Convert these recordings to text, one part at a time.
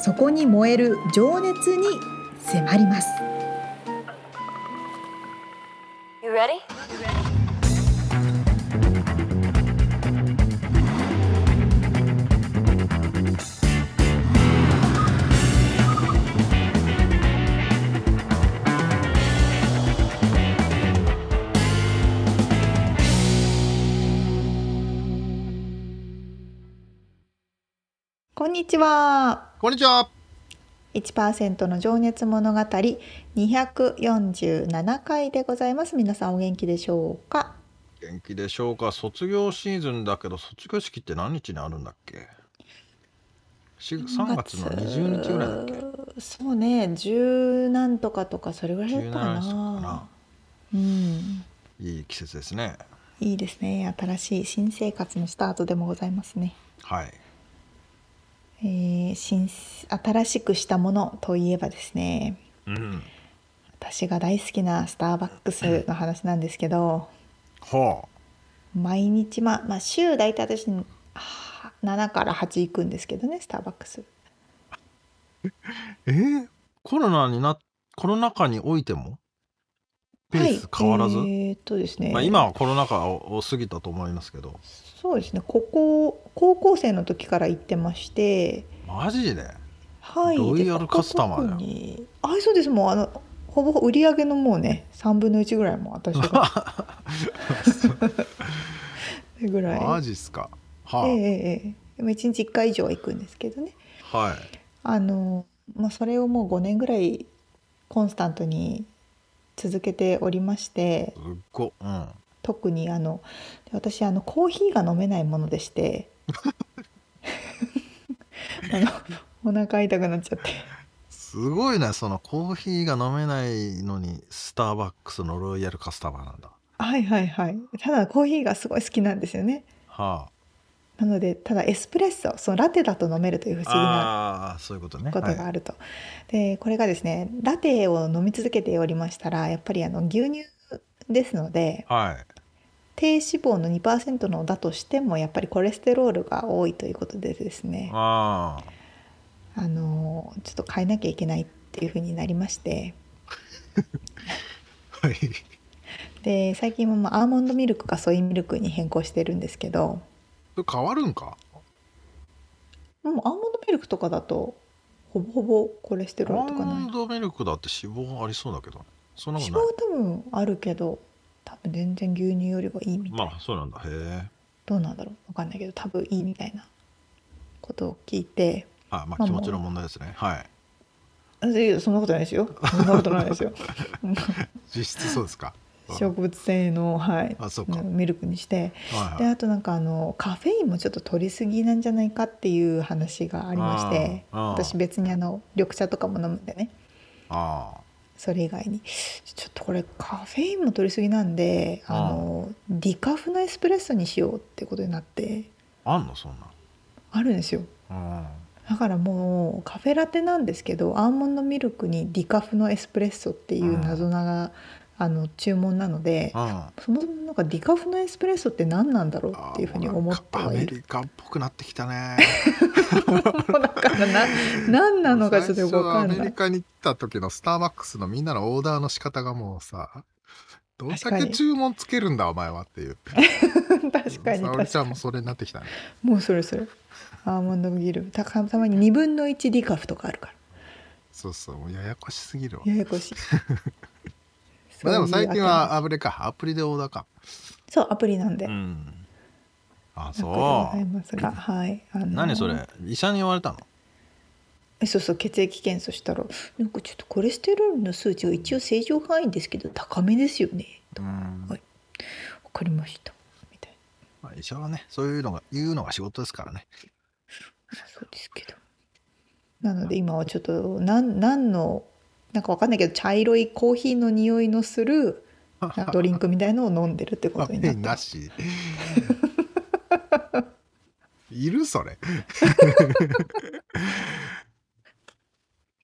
そこに燃える情熱に迫ります You ready? こんにちはこんにちは。 1%の情熱物語247回でございます皆さんお元気でしょうか元気でしょうか。卒業シーズンだけど、卒業式って何日にあるんだっけ。し3月の20日ぐらいだっけ。そうね十何とかとかそれぐらいだったかな17日とかかなうんいい季節ですね。いいですね新しい新生活のスタートでもございますねはい。えー新新しくしたものといえばですねうん。私が大好きなスターバックスの話なんですけどほ毎日まあ、まあ、週大体私あー7から8行くんですけどねスターバックスう。えーコロナにな、コロナ禍においても。ペース変わらず。はい、えーっとですね、まあ、今はコロナ禍を過ぎたと思いますけど。そうですねここ高校生の時から行ってましてマジで。はいロイヤルでカスタマーだよここ特にあそうですもうあのほぼほぼ売り上げのもうね3分の1ぐらいも私が ぐらいマジっすか。はええい、ええでも1日1回以上は行くんですけどねはい。あの、まあ、それをもう5年ぐらいコンスタントに続けておりましてすっご。うん。特にあので私あのコーヒーが飲めないものでしてあのお腹痛くなっちゃってすごいねそのコーヒーが飲めないのにスターバックスのロイヤルカスタマーなんだはいはいはいただコーヒーがすごい好きなんですよねはなのでただエスプレッソそのラテだと飲めるという不思議なああーそういうことねことがはいあると、でこれがですねラテを飲み続けておりましたらやっぱりあの牛乳ですのではい低脂肪の2%のだとしてもやっぱりコレステロールが多いということでですねああのちょっと変えなきゃいけないっていうふうになりまして あはいで最近はまあアーモンドミルクかソイミルクに変更してるんですけどそれ変わるんかもうアーモンドミルクとかだとほぼほぼコレステアロールーとかないモンドミルクだって脂肪ありそうだけどねそんなこ脂と肪なは多い分あるけど多分全然牛乳よりはいいみたいな、まあそうなんだへえどうなんだろう分かんないけど多分いいみたいなことを聞いてあままああ気持ちの問題ですねはいあいやそんなことないです よそんなことないですよ実質そうですか植物性のはいあそうかミルクにしてはいではいあとなんかあのカフェインもちょっと取りすぎなんじゃないかっていう話がありましてあーあー私別にあの緑茶とかも飲むんでねああそれ以外にちょっとこれカフェインも取りすぎなんであのディカフのエスプレッソにしようってことになってあんのそんなあるんですようんだからもうカフェラテなんですけどアーモンドミルクにディカフのエスプレッソっていう謎なが、あの注文なのでうんそもそもなんかディカフのエスプレッソって何なんだろうあっていうふうに思ってもうなんかアはいメるリカっぽくなってきたね もうだからな何なのかちょっとよくわかん最初アなメいリ。カに行った時のスターバックスのみんなのオーダーの仕方がもうさどん確だかけに注文つけるんだお前はっていう確かに沙織確ちかゃんにもそれになってきたねもうそれそれアーモンドミルクたたまに2分の1ディカフとかあるかそうそうもうややこしすぎるわらややこしい まあ、でもそういう最近はアプリかアプリでオーダーかそうアプリなんで、んあ楽でごそざいうますがはいあの何それ医者に言われたのえそうそう血液検査したら「なんかちょっとコレステロールの数値は一応正常範囲ですけど高めですよね」とうんはい「分かりました」みたいまあ、医者はねそういうのが言うのが仕事ですからねな「そうですけどなので今はちょっと何何のなんかわかんないけど茶色いコーヒーの匂いのするなんかドリンクみたいのを飲んでるってことになってなしいるそれ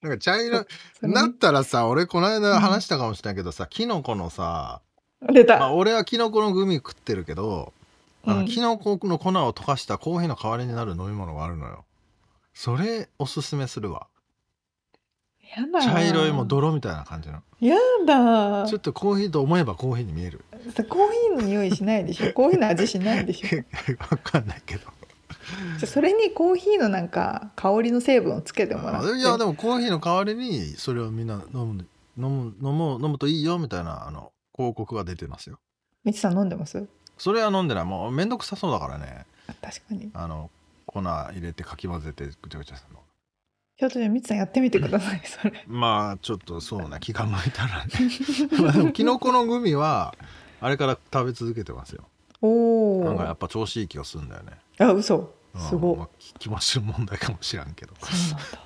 なんか茶色それなったらさ俺この間話したかもしれないけどさ、キノコのさ、出まあ、た、俺はキノコのグミ食ってるけどあの、うんキノコの粉を溶かしたコーヒーの代わりになる飲み物があるのよそれおすすめするわやだ茶色いもう泥みたいな感じのやだちょっとコーヒーと思えばコーヒーに見える さコーヒーの匂いしないでしょコーヒーの味しないでしょじ わかんないけどゃあそれにコーヒーのなんか香りの成分をつけてもらっていやでもコーヒーの代わりにそれをみんな飲む飲む飲む飲むといいよみたいなあの広告が出てますよみちさん飲んでますそれは飲んでないもうめんどくさそうだからね確かにあの粉入れてかき混ぜてぐちゃぐちゃするのちょっとじゃあみちさんやってみてくださいそれまあちょっとそ うね気が向いたらねまあでもキノコのグミはあれから食べ続けてますよおなんかやおっぱ調子いい気がするんだよね、あ嘘うんすごいまあ、き気持ちの問題かもしらんけどそうなんだ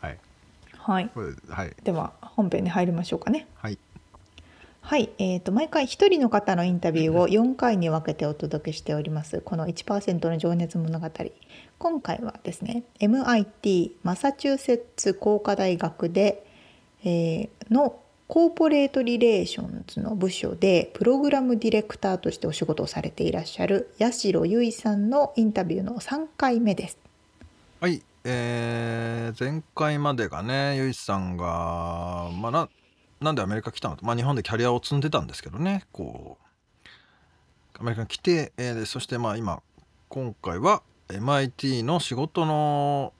はいはいこれはいでは本編に入りましょうかねはいはい、えー、と毎回一人の方のインタビューを4回に分けてお届けしておりますこの1%の情熱物語今回はですね MIT マサチューセッツ工科大学で、えーのコーポレートリレーションズの部署でプログラムディレクターとしてお仕事をされていらっしゃる八代由衣さんのインタビューの3回目です。はい、えー前回までがねゆいさんが、まあ、ななんでアメリカ来たのと、まあ、日本でキャリアを積んでたんですけどねこうアメリカに来て、えーでそしてまあ今今回は MIT の仕事の、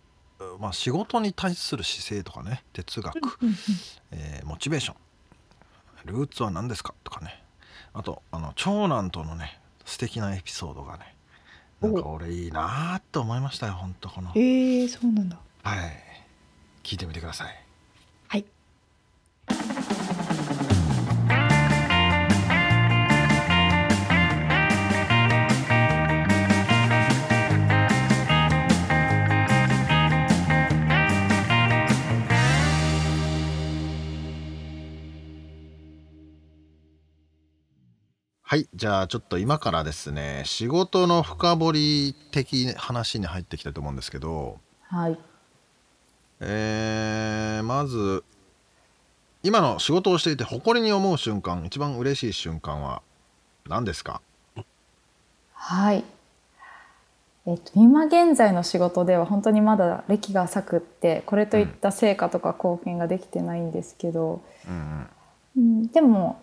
まあ、仕事に対する姿勢とかね哲学、えーモチベーションルーツは何ですかとかねあとあの長男とのね素敵なエピソードがねなんか俺いいなーって思いましたよ本当このえー、そうなんだはい聞いてみてくださいはい。はいじゃあちょっと今からですね仕事の深掘り的話に入っていきたいと思うんですけどはい。えーまず今の仕事をしていて誇りに思う瞬間一番嬉しい瞬間は何ですかはい。えっと、今現在の仕事では本当にまだ歴が浅くってこれといった成果とか貢献ができてないんですけど、うんうん、でも、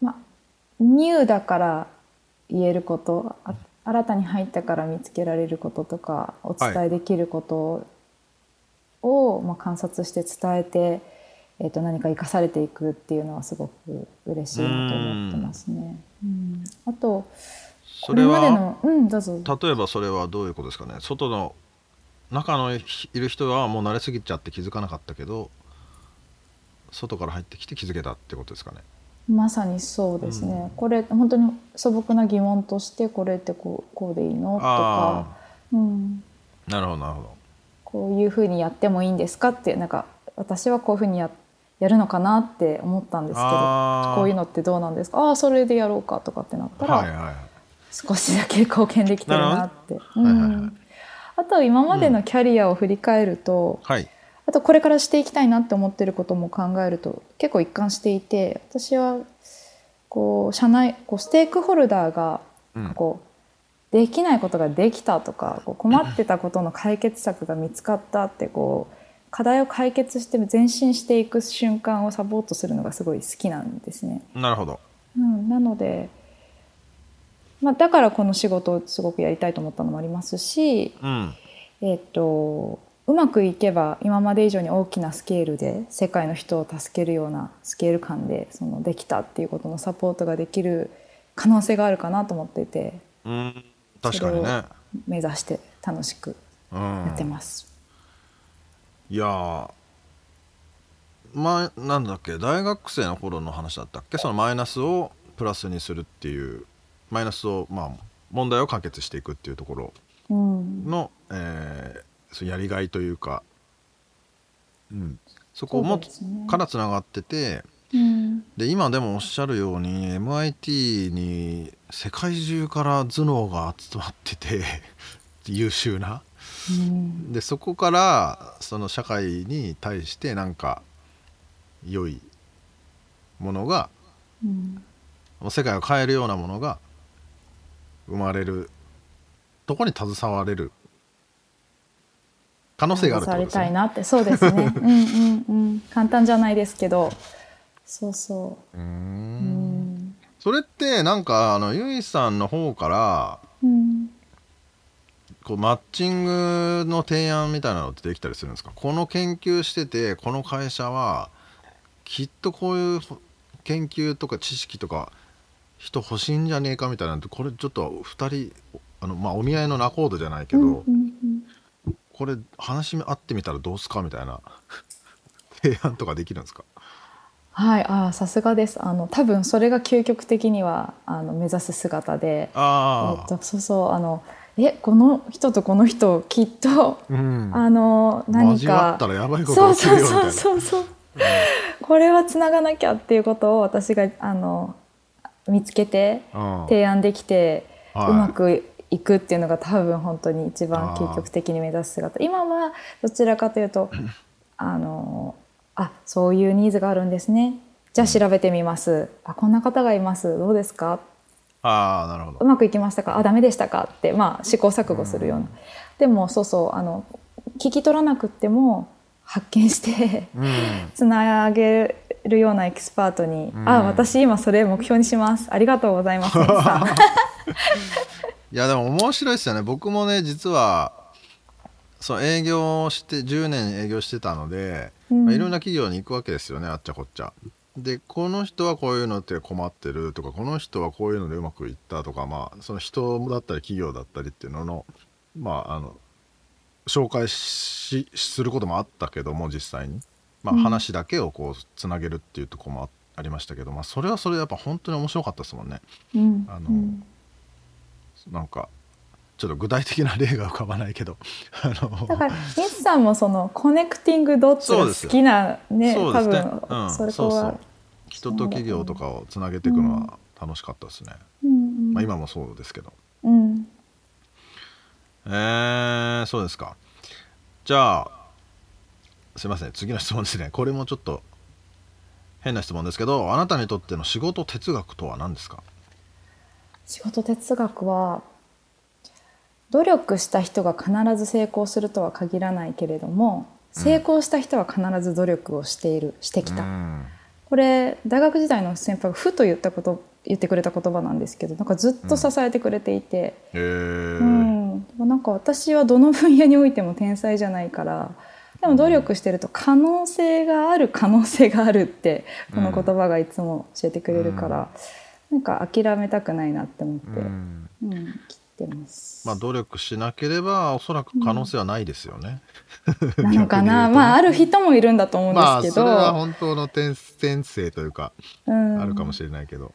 ま、ニューだから言えることあ新たに入ったから見つけられることとかお伝えできることを、ま、観察して伝えて、えっと、何か生かされていくっていうのはすごく嬉しいなと思ってますね。うんあとそれこれまではのうんどうぞ例えばそれはどういうことですかね外の中のいる人はもう慣れすぎちゃって気づかなかったけど外から入ってきて気づけたってことですかねまさにそうですね、うんこれ本当に素朴な疑問としてこれってこうこうでいいのとか、うん、あーなるほどなるほどこういうふうにやってもいいんですかってなんか私はこういうふうにややるのかなって思ったんですけどあーこういうのってどうなんですかああーそれでやろうかとかってなったら、はいはい少しだけ貢献できてるなって。うはいはいはいんあと今までのキャリアを振り返ると、はいあとこれからしていきたいなって思ってることも考えると結構一貫していて私はこう社内こうステークホルダーがうんこうできないことができたとかこう困ってたことの解決策が見つかったってこう課題を解決して前進していく瞬間をサポートするのがすごい好きなんですね。なるほどうん、なので、まあ、だからこの仕事をすごくやりたいと思ったのもありますし、うんえっとうまくいけば今まで以上に大きなスケールで世界の人を助けるようなスケール感でそのできたっていうことのサポートができる可能性があるかなと思っていてうん確かにね目指して楽しくうやってんます。いやーまあなんだっけ大学生の頃の話だったっけそのマイナスをプラスにするっていうマイナスをまあ問題を解決していくっていうところうんの、えーそうやりがいというかうん、そこもそうですねからつながっててうんで今でもおっしゃるように MIT に世界中から頭脳が集まってて 優秀なうんでそこからその社会に対してなんか良いものがうん世界を変えるようなものが生まれるとこに携われる可能性があるってさことれですたいね。なってそうですねうんうんうん簡単じゃないですけどそうそうーううんんそれってなんかあのゆいさんの方からうんこうマッチングの提案みたいなのってできたりするんですかこの研究しててこの会社はきっとこういう研究とか知識とか人欲しいんじゃねえかみたいなのってこれちょっと2人あの、まあ、お見合いの仲人じゃないけど、うんうんうんこれ話し合ってみたらどうすかみたいな 提案とかできるんですかはいあーさすがですあの多分それが究極的にはあの目指す姿でえあっあ、と、そうそうあのえこの人とこの人きっとうん、あの何交わかったらやばいこそとう起きそうるよみたいそうなそうそうこれはつながなきゃっていうことを私があの見つけてうん提案できて、はいうまくいくっていうのが多分本当に一番究極的に目指す姿今はどちらかというと あのあそういうニーズがあるんですねじゃあ調べてみますあこんな方がいますどうですかああなるほうどまくいきましたかあダメでしたかって、まあ、試行錯誤するような、でもそうそうあの聞き取らなくっても発見してうんつなげるようなエキスパートに「うんあ私今それ目標にしますありがとうござい ます」皆さんいやでも面白いですよね僕もね実はそう営業をして10年営業してたので、うんまあ、いろんな企業に行くわけですよねあっちゃこっちゃ。でこの人はこういうのって困ってるとかこの人はこういうのでうまくいったとかまあその人だったり企業だったりっていうののまああの紹介しすることもあったけども実際に、まあ、話だけをこうつなげるっていうとこもあありましたけど、まあ、それはそれでやっぱ本当に面白かったですもんね。うんあのうんなんかちょっと具体的な例が浮かばないけど あのだから西さんもそのコネクティングドッツが好きなねそうで多すね分、うん、それこそうはそう人と企業とかをつなげていくのは楽しかったですね、うんまあ、今もそうですけどうんえー、そうですかじゃあすいません次の質問ですねこれもちょっと変な質問ですけどあなたにとっての仕事哲学とは何ですか仕事哲学は努力した人が必ず成功するとは限らないけれども成功した人は必ず努力をしているしてきた、うんこれ大学時代の先輩がふと言ったこと言ってくれた言葉なんですけどなんかずっと支えてくれていて、えーうんなんか私はどの分野においても天才じゃないからでも努力してると可能性がある可能性があるってこの言葉がいつも教えてくれるから、なんか諦めたくないなって思って。うんうん、切ってます。まあ努力しなければおそらく可能性はないですよね、なのか逆な、に言うとねまあある人もいるんだと思うんまあですけそど、れは本当の天天性というかうん、あるかもしれないけど、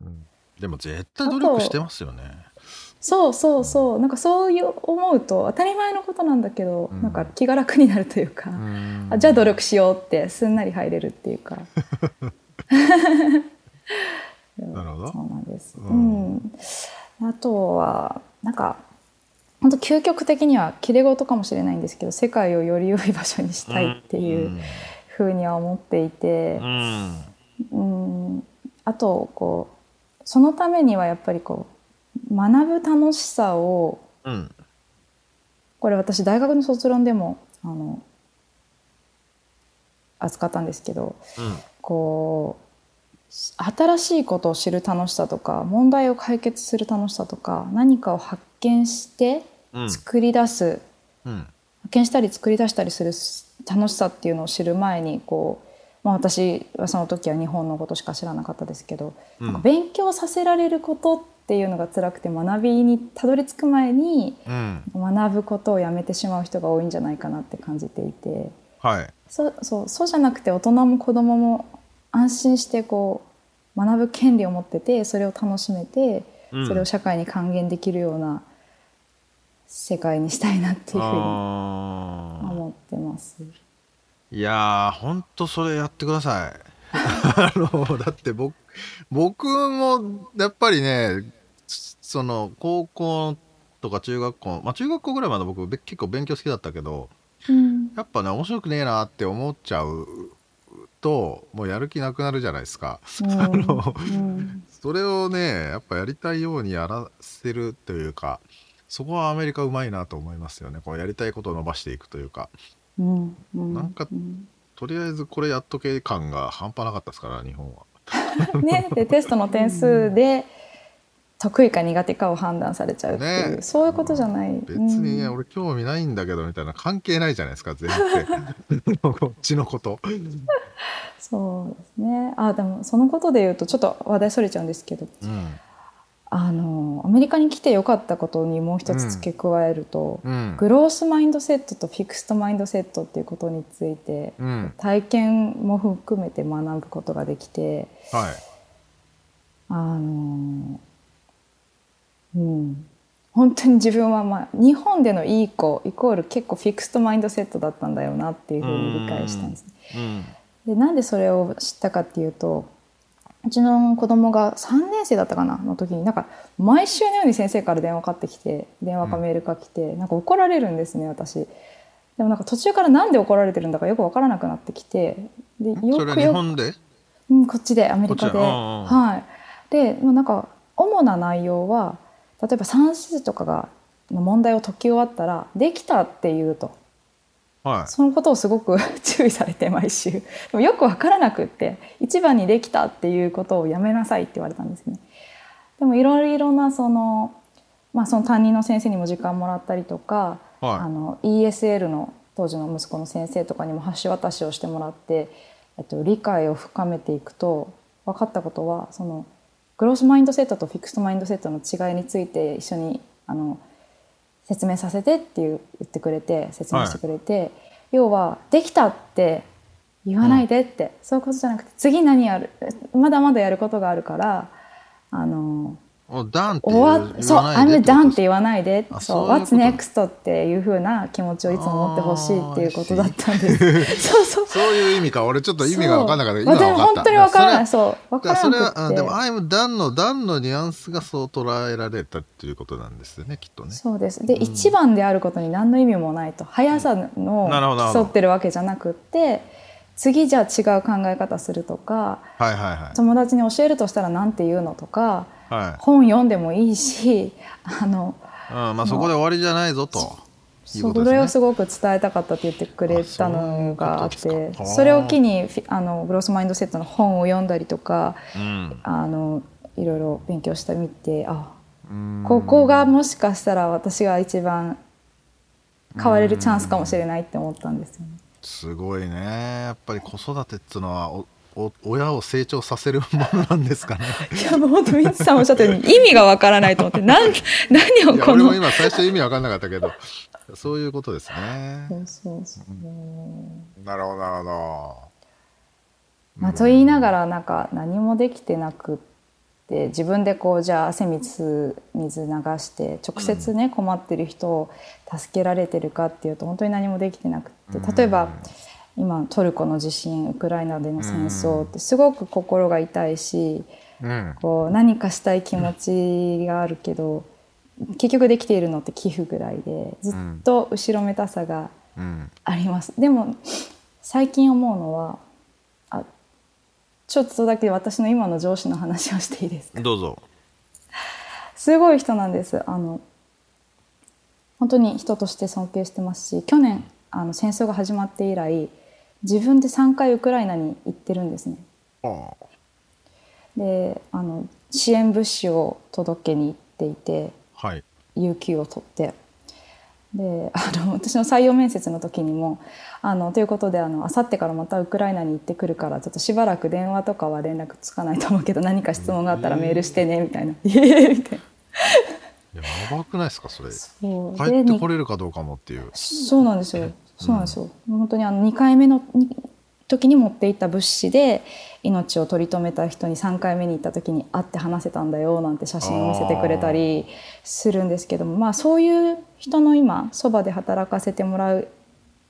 うんでも絶対努力してますよねそうそうそう、なんかそういう思うと当たり前のことなんだけど、うんなんか気が楽になるというか、うんあじゃあ努力しようってすんなり入れるっていうか、なるほどそうなんです。ううんん、あとはなんか。本当究極的には切れ事かもしれないんですけど世界をより良い場所にしたいっていうふうには思っていて、うんうんうんあとこうそのためにはやっぱりこう学ぶ楽しさをうんこれ私大学の卒論でもあの扱ったんですけどうんこうし新しいことを知る楽しさとか問題を解決する楽しさとか何かを発見してうん作り出す、うん発見したり作り出したりする楽しさっていうのを知る前にこう、まあ、私はその時は日本のことしか知らなかったですけど、うんなんか勉強させられることっていうのが辛くて学びにたどり着く前にうん学ぶことをやめてしまう人が多いんじゃないかなって感じていてはいそうそうそうじゃなくて大人も子供も安心してこう学ぶ権利を持っててそれを楽しめて、うんそれを社会に還元できるような世界にしたいなっていうふうにあー思ってます。いやーほんとそれやってくださいあのだって僕僕もやっぱりねその高校とか中学校まあ中学校ぐらいまで僕べ結構勉強好きだったけどうんやっぱね面白くねえなって思っちゃうともうやる気なくなるじゃないですか。うんあのうんそれをねやっぱやりたいようにやらせるというかそこはアメリカうまいなと思いますよねこうやりたいことを伸ばしていくというかうんうんなんかうんとりあえずこれやっとけ感が半端なかったですから日本は。ね、でテストの点数で得意か苦手かを判断されちゃうっていう、ねそういうことじゃない、別に、ねうん俺興味ないんだけどみたいな関係ないじゃないですか全 然こっちのこと。そうですねあでもそのことで言うとちょっと話題それちゃうんですけどうんあのアメリカに来てよかったことにもう一つ付け加えると、うんグロースマインドセットとフィクストマインドセットっていうことについてうん体験も含めて学ぶことができてはいあのうん本当に自分は、まあ、日本でのいい子イコール結構フィクストマインドセットだったんだよなっていうふうに理解したんですね。うんでなんでそれを知ったかっていうとうちの子供が3年生だったかなの時になんか毎週のように先生から電話かかってきて電話かうんメールか来て、なんか怒られるんですね私。でもなんか途中からなんで怒られてるんだかよくわからなくなってきてでよくそれよはく日本でうん、こっちでアメリカこっちで、でうんうんはい、でもうなんか主な内容は例えば算数とかがの問題を解き終わったら「できた」って言うとはそのことをすごく 注意されて毎週でもよく分からなくって一番に「できた」っていうことをやめなさいって言われたんですね。でもいろいろなその,、まあ、その担任の先生にも時間もらったりとか、いはあいの ESL の当時の息子の先生とかにも橋渡しをしてもらって、えっと、理解を深めていくと分かったことはそのグロースマインドセットとフィクストマインドセットの違いについて一緒にあの説明させてっていう言ってくれて説明してくれて、要は「できた」って言わないでって、そういうことじゃなくて次何やるまだまだやることがあるからあのおダンって終言わわそう「ないでってこ I'm と done」って言わないであそう「そういうこと What's next」っていうふうな気持ちをいつも持ってほしいっていうことだったんですそうそうそういう意味か俺ちょっと意味が分かんなかったそう今分かった私本当に分からないそそう分れはからなくってそれはあでも I'm done の done のニュアンスがそう捉えられたっていうことなんですよねきっとねそうですで、うん一番であることに何の意味もないと速さのなるほどなるほ競どってるわけじゃなくって次じゃあ違う考え方するとかはいはいはい友達に教えるとしたら何て言うのとかは本読んでもいいしあのい、うん、まあそこで終わりじゃないぞというこそとですねれをすごく伝えたかったって言ってくれたのがあっあそういうてことですかそあーれを機にフィあのグロスマインドセットの本を読んだりとかうんあのいろいろ勉強してみてあうんここがもしかしたら私が一番変われるチャンスかもしれないって思ったんですよね。すごいねやっぱり子育てっつうのはおお親を成長させるものなんです かねいやもう本当ミツさんおっしゃったように意味がわからないと思ってなん何をいやこ俺のも今最初意味わかんなかったけどそういうことですねそうそうそうなるほどなるほどまあ、と言いながらなんか何もできてなくって自分でこうじゃあ汗水水流して直接ね困ってる人を助けられてるかっていうと本当に何もできてなくって例えば今トルコの地震ウクライナでの戦争ってすごく心が痛いしうんこう何かしたい気持ちがあるけど結局できているのって寄付ぐらいでずっと後ろめたさがうんありますでも最近思うのはあちょっとだけ私の今の上司の話をしていいです かどうぞすごい人なんですあの本当に人として尊敬してますし去年あの戦争が始まって以来自分で3回ウクライナに行ってるんですねあであの支援物資を届けに行っていてあはい有給を取ってであの 私の採用面接の時にもあのということであの明後日からまたウクライナに行ってくるからちょっとしばらく電話とかは連絡つかないと思うけど何か質問があったらメールしてねみたいな「いえい え」みたいな。やばくないですかそれそう帰ってにこれるかどうかもっていうそうなんですよ。そうなんですよ。本当にあの二回目のに時に持っていった物資で命を取り留めた人に3回目に行った時に会って話せたんだよなんて写真を見せてくれたりするんですけどもまあそういう人の今そばで働かせてもらうっっ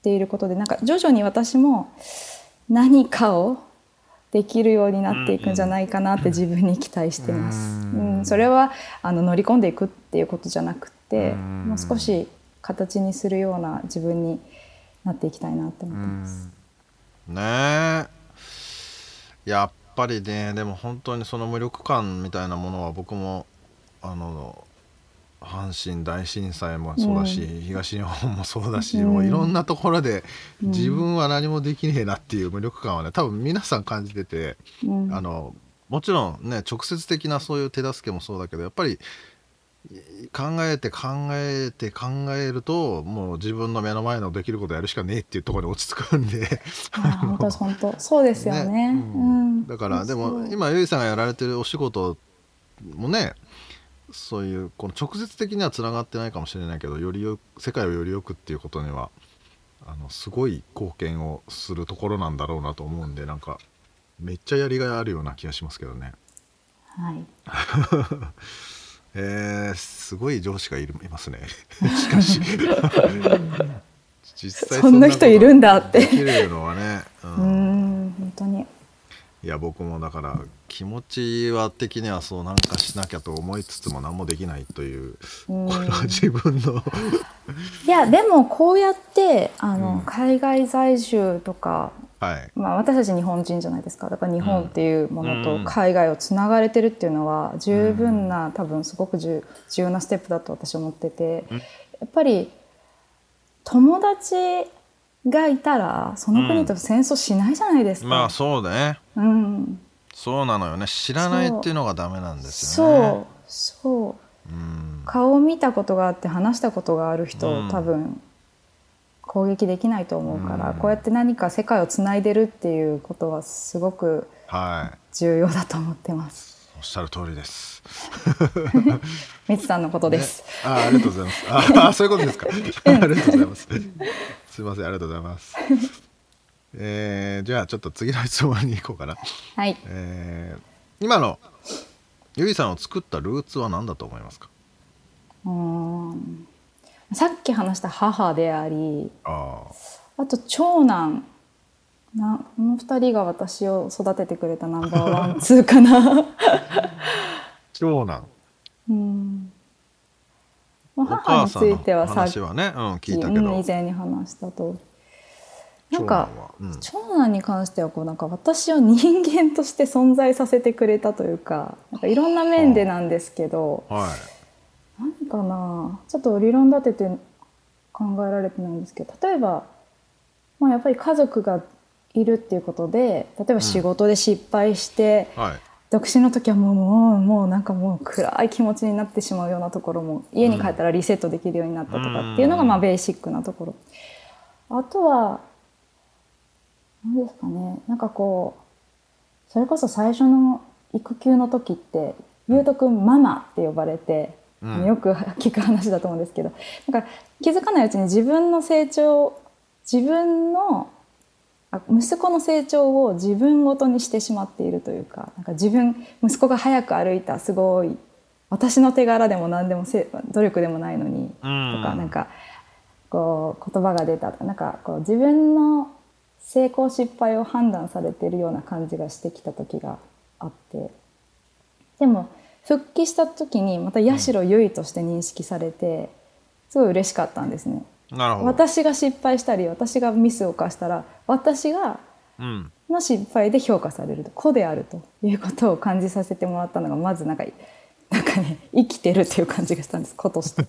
ていることでなんか徐々に私も何かをできるようになっていくんじゃないかなって自分に期待してます。ううんん、それはあの乗り込んでいくっていうことじゃなくて、うんもう少し形にするような自分になっていきたいなって思ってます。ねえやっぱりねでも本当にその無力感みたいなものは僕もあの阪神大震災もそうだし、う東日本もそうだし、うんもういろんなところでうん自分は何もできねえなっていう無力感はね多分皆さん感じてて、うんあのもちろんね直接的なそういう手助けもそうだけどやっぱりい考えて考えて考えるともう自分の目の前のできることやるしかねえっていうところに落ち着くんで。あー本当本当そうですよね。うん、だからでそうも今ゆいさんがやられてるお仕事もねそういうこの直接的にはつながってないかもしれないけどよりよ世界をより良くっていうことにはあのすごい貢献をするところなんだろうなと思うんでなんかめっちゃやりがいあるような気がしますけどね。はい。 えー、すごい上司がいるいます ね。しかし実そんな人いるんだってできるのはね、ううんん、本当に。いや僕もだから気持ちは的にはそうなんかしなきゃと思いつつも何もできないといううんこれは自分 のいやでもこうやってあの、うん海外在住とか、はいまあ、私たち日本人じゃないですかだから日本っていうものうんと海外をつながれてるっていうのは十分な、多分すごく重重要なステップだと私は思ってて、うんやっぱり友達がいたらその国と戦争しないじゃないですか。まあそうねうん、そうなのよね知らないっていうのがダメなんですよねそうそうそう、うん、顔を見たことがあって話したことがある人、うん多分攻撃できないと思うから、うんこうやって何か世界をつないでるっていうことはすごくはい重要だと思ってます。おっしゃる通りですみつさんのことです。あありがとうございますああそういうことですか ありがとうございますすいませんありがとうございます えー、じゃあちょっと次の質問に行こうかな、はい。えー、今のゆいさんを作ったルーツは何だと思いますかうーんさっき話した母であり、あああと長男。なこの二人が私を育ててくれたナンバーワンツー かな。長男うん。まあお母母につさんのいてはさっき話はね、うん、聞いたけうんど以前に話したと長なん男かは、うん、長男に関してはこうなんか私を人間として存在させてくれたというかなんかいろんな面でなんですけどはい何かなちょっと理論立てて考えられてないんですけど例えば、まあ、やっぱり家族がいるっていうことで例えば仕事で失敗して、はい独身の時はもうもうもうなんかもう暗い気持ちになってしまうようなところも家に帰ったらリセットできるようになったとかっていうのがうんまあベーシックなところあとは何ですかねなんかこうそれこそ最初の育休の時ってゆうとくんママって呼ばれて、うんあのよく聞く話だと思うんですけどなんか気づかないうちに自分の成長自分のあ息子の成長を自分ごとにしてしまっているというかなんか自分息子が早く歩いたすごい私の手柄でも何でもせ努力でもないのにとかとか、なんかこう言葉が出たとかなんかこう自分の成功失敗を判断されてるような感じがしてきた時があってでも復帰した時にまた八代優衣として認識されてすごい嬉しかったんですね。なるほど私が失敗したり私がミスを犯したら私がうんの失敗で評価されると子であるということを感じさせてもらったのがまずなんかなんかね生きてるっていう感じがしたんです子として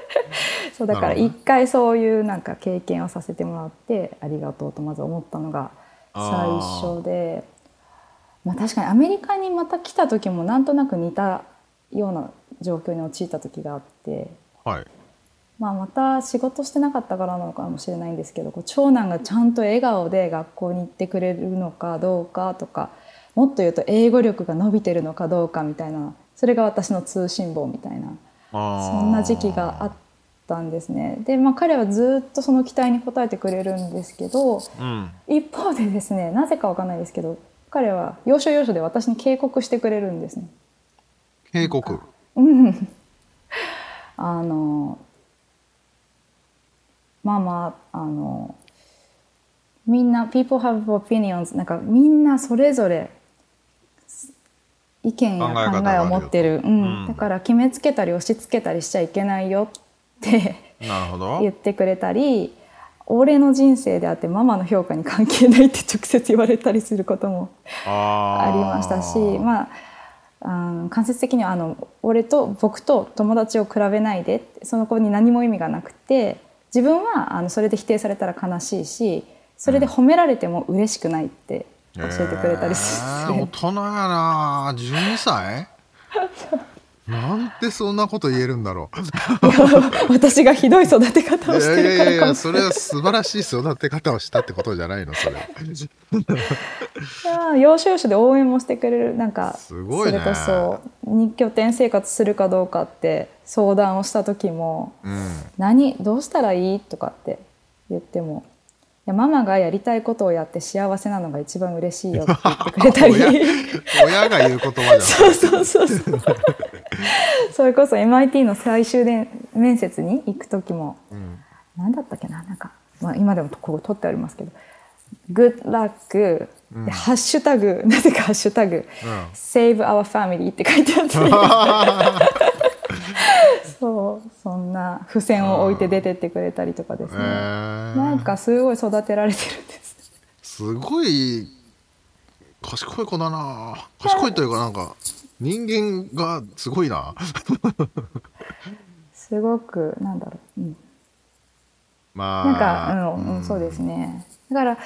そうだかならるほど一回そういうなんか経験をさせてもらってありがとうとまず思ったのが最あー初でまあ確かにアメリカにまた来た時もなんとなく似たような状況に陥った時があってはいまあ、また仕事してなかったからなのかもしれないんですけどこう長男がちゃんと笑顔で学校に行ってくれるのかどうかとかもっと言うと英語力が伸びてるのかどうかみたいなそれが私の通信簿みたいなそそんな時期があったんですね。で、まあ、彼はずっとその期待に応えてくれるんですけどうん一方でですねなぜかわかんないですけど彼は要所要所で私に警告してくれるんですね。警告うんあのママあのみんな people have opinions なんかみんなそれぞれ意見や考え方考があるえよを持ってる、うんうんだから決めつけたり押し付けたりしちゃいけないよってなるほ言っどてくれたり俺の人生であってママの評価に関係ないって直接言われたりすることもああーりましたしまあ、うん間接的にはあの俺と僕と友達を比べないでってその子に何も意味がなくて自分はあのそれで否定されたら悲しいしそれで褒められても嬉しくないって教えてくれたりしえて、ー大人やな12歳 なんてそんなこと言えるんだろう 私がひどい育て方をいしやていやるいからかやもそれは素晴らしい育て方をしたってことじゃないの それいやー要所要所で応援もしてくれるなんかすごいねそれこそ2拠点生活するかどうかって相談をした時もうん「何どうしたらいい?」とかって言っても「いやママがやりたいことをやって幸せなのが一番嬉しいよ」って言ってくれたり親親が言う言葉じゃ そうそうそうそうそれこそ MIT の最終で面接に行く時も ない、うん何だったっけななんか、まあ、今でもここ取ってありますけど「Good luck」うんでハッシュタグなぜかハッシュタグうん「Save our family」って書いてあって そうそんな付箋を置いて出てってくれたりとかですえね、ーなんかすごい育てられてるんですすごい賢い子だな賢いというかなんか人間がすごいなすごくなんだろう、うん、まあなんか、うんうん、そうですねだから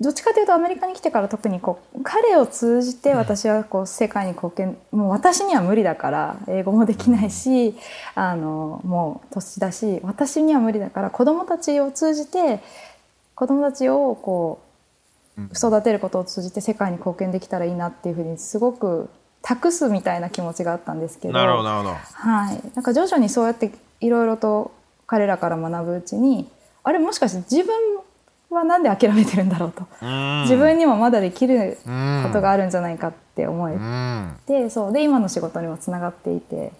どっちかというとアメリカに来てから特にこう彼を通じて私はこう世界に貢献もう私には無理だから英語もできないしあのもう年だし私には無理だから子供たちを通じて子供たちをこううん育てることを通じて世界に貢献できたらいいなっていうふうにすごく託すみたいな気持ちがあったんですけどなるほどなるほどはい、なんか徐々にそうやっていろいろと彼らから学ぶうちにあれもしかして自分はなんで諦めてるんだろうと、うん自分にもまだできることがああるんじゃないかって思える、うんて、そうで今の仕事にもつながっていて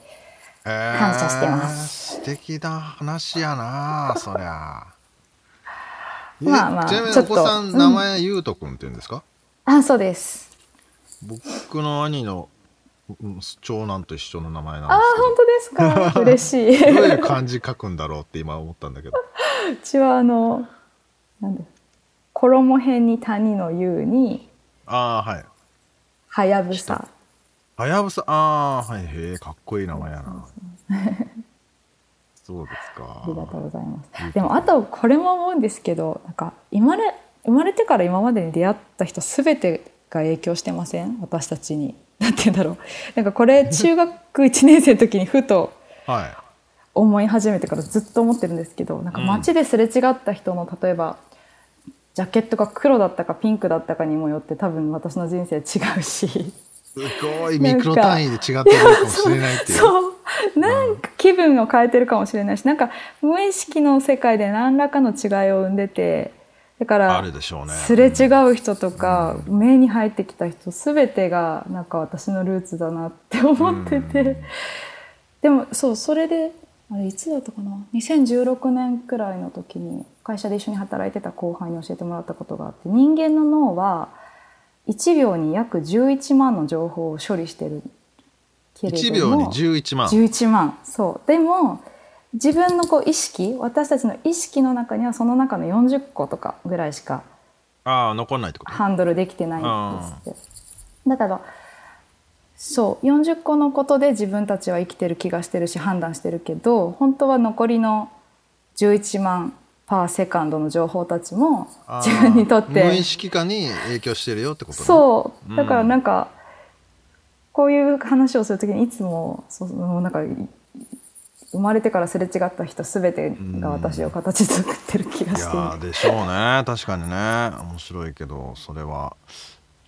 えー感謝してます素敵な話やなそりゃえ まあまあちなみにちょおっと子さんうん名前ゆうとくんって言うんですか、あそうです僕の兄のうん長男と一緒の名前なんあ本で当ですか 嬉しすけいどどういうう漢字書くんだろうって今思ったんだけど ちはあのなんだ衣辺に谷の優にああはいはやぶさはやぶさ、ああ、はい、へえ、かっこいい名前やな。 そうですかあ。りがとうございますうん。でもあとこれも思うんですけど、なんか今れ生まれてから今までに出会った人すべてが影響してません？私たちに。なんて言うんだろう。なんかこれ中学1年生の時にふとはい。思い始めてからずっと思ってるんですけど、なんか街ですれ違った人の例えば。ジャケットが黒だったかピンクだったかにもよって多分私の人生違うしすごいなミんかクロ単位で違ってくるかもしれないって いう。そうなんか気分を変えてるかもしれないしなんか無意識の世界で何らかの違いを生んでてだかあらるでしょうね。すれ違う人とか、目に入ってきた人全てがなんか私のルーツだなって思ってて、うんでもそうそれであれいつだったかな2016年くらいの時に会社で一緒に働いてた後輩に教えてもらったことがあって人間の脳は1秒に約11万の情報を処理してるけれど一秒もに十一万。 11万そうでも自分のこう意識私たちの意識の中にはその中の40個とかぐらいしかああ、残んないってこと。ハンドルできてないんですってだからそう40個のことで自分たちは生きてる気がしてるし判断してるけど本当は残りの11万パーセカンドの情報たちもああ自分にとって無意識化に影響してるよってことね。そううんだからなんか、こういう話をするときにいつもそうもうなんかい生まれてからすれ違った人すべてが私を形作ってる気がいしやているーでしょうね確かにね面白いけどそれは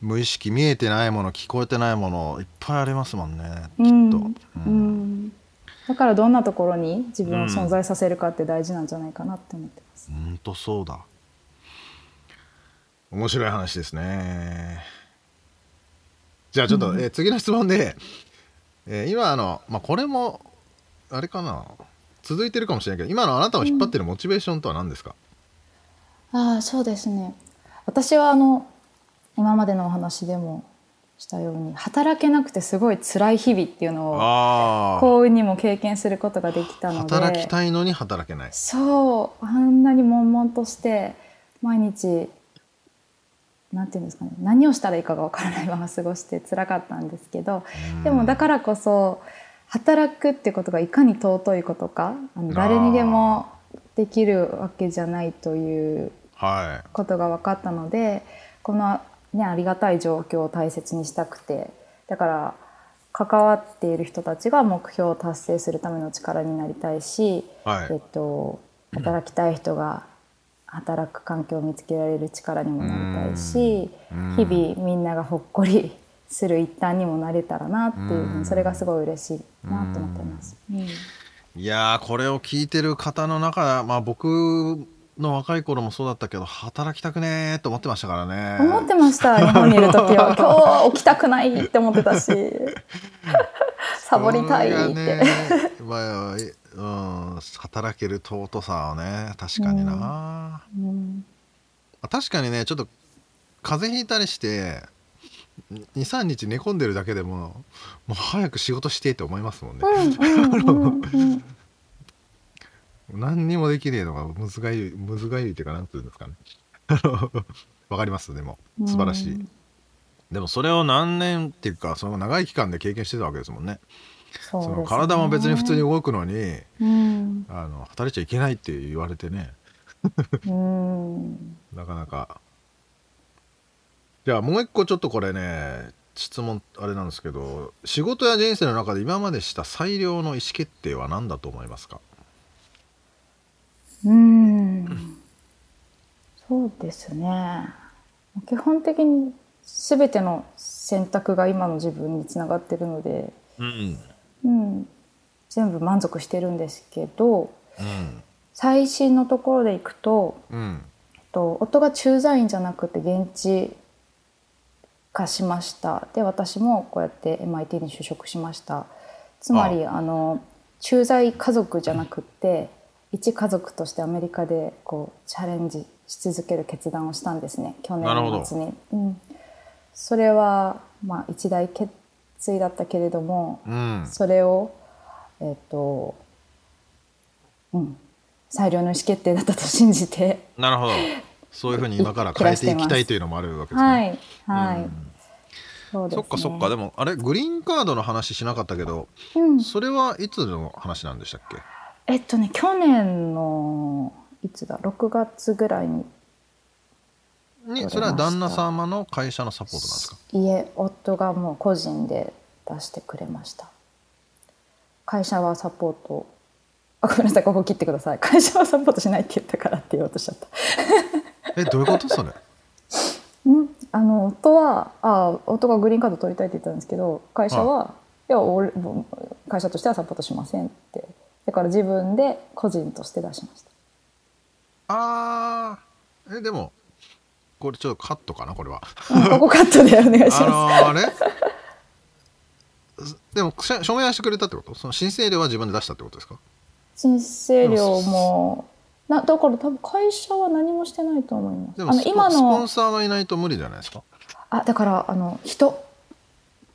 無意識見えてないもの聞こえてないものいっぱいありますもんねきっと、うんうんうんだからどんなところに自分を存在させるかって大事なんじゃないかなって思ってます、ほんとそうだ面白い話ですねじゃあちょっと、えー次の質問で、えー今あの、まあ、これもあれかな続いてるかもしれないけど今のあなたを引っ張ってるモチベーションとは何ですか、ああそうですね私はあの今までのお話でもしたように働けなくてすごい辛い日々っていうのをああ幸運にも経験することができたので働きたいのに働けないそうあんなに悶々として毎日なんていうんですかね何をしたらいいかがわからないまま過ごして辛かったんですけどでもだかららこそ働くってことがいかに尊いことかあの誰にでもできるわけじゃないというはことが分かったのでこの、ね、ありがたい状況を大切にしたくてだから関わっている人たちが目標を達成するための力になりたいし、いはえっいと、働きたい人が働く環境を見つけられる力にもなりたいしうん日々みんながほっこりする一端にもなれたらなっていうふううんにそれがすごい嬉しいなと思ってます。うんいやーこれを聞いてる方の中まあ僕の若い頃もそうだったけど働きたくねーと思ってましたからね思ってました日本にいる 時は今日は起きたくないって思ってたしサボりたいって、それがねまあえうん、働ける尊さをね確かにな、うんまうんあ確かにねちょっと風邪ひいたりして23日寝込んでるだけでももう早く仕事してって思いますもんね、うんうんうん何にもできねえのがむずがゆいむずがゆいっていうかなんていうんですかね あのわかりますでもうん素晴らしい、でもそれを何年っていうかその長い期間で経験してたわけですもんねそ うそですねの体も別に普通に動くのにうんあの働いちゃいけないって言われてねうんなかなかじゃあもう一個ちょっとこれね質問あれなんですけど仕事や人生の中で今までした最良の意思決定は何だと思いますかうんそうですね基本的に全ての選択が今の自分につながってるので、うんうん、全部満足してるんですけどうん最新のところでいくとうんと夫が駐在員じゃなくて現地化しましたで私もこうやって MIT に就職しましたつまりあの駐在家族じゃなくって一家族としてアメリカでこうチャレンジし続ける決断をしたんですね去年なるほどの夏に、うん、それはまあ一大決意だったけれども、うんそれをえっ、とうん最良の意思決定だったと信じてなるほどそういうふうに今から変えていきたいというのもあるわけですね、はい、はい、うんそうですそね。っかそっかでもあれグリーンカードの話しなかったけどうん、それはいつの話なんでしたっけえっとね、去年のいつだ、6月ぐらいに、にそれは旦那様の会社のサポートなん ですかいえ、夫がもう個人で出してくれました。会社はサポート。あ、ごめんなさい、ここ切ってください。 会社はサポートしないって言ったからって言おうとしちゃった。えどういうことそれうん、あの夫はあ夫がグリーンカード取りたいって言ったんですけど会社は、い、や俺もう会社としてはサポートしませんってだから自分で個人として出しましたあーえでもこれちょっとカットかなこれはうんここカットでお願いします。あのーあれでもし署名はしてくれたってことその申請料は自分で出したってことですか申請料もなだから多分会社は何もしてないと思いでま。すもあのスポ今スポンのサーがいないと無理じゃないですかあだからあの人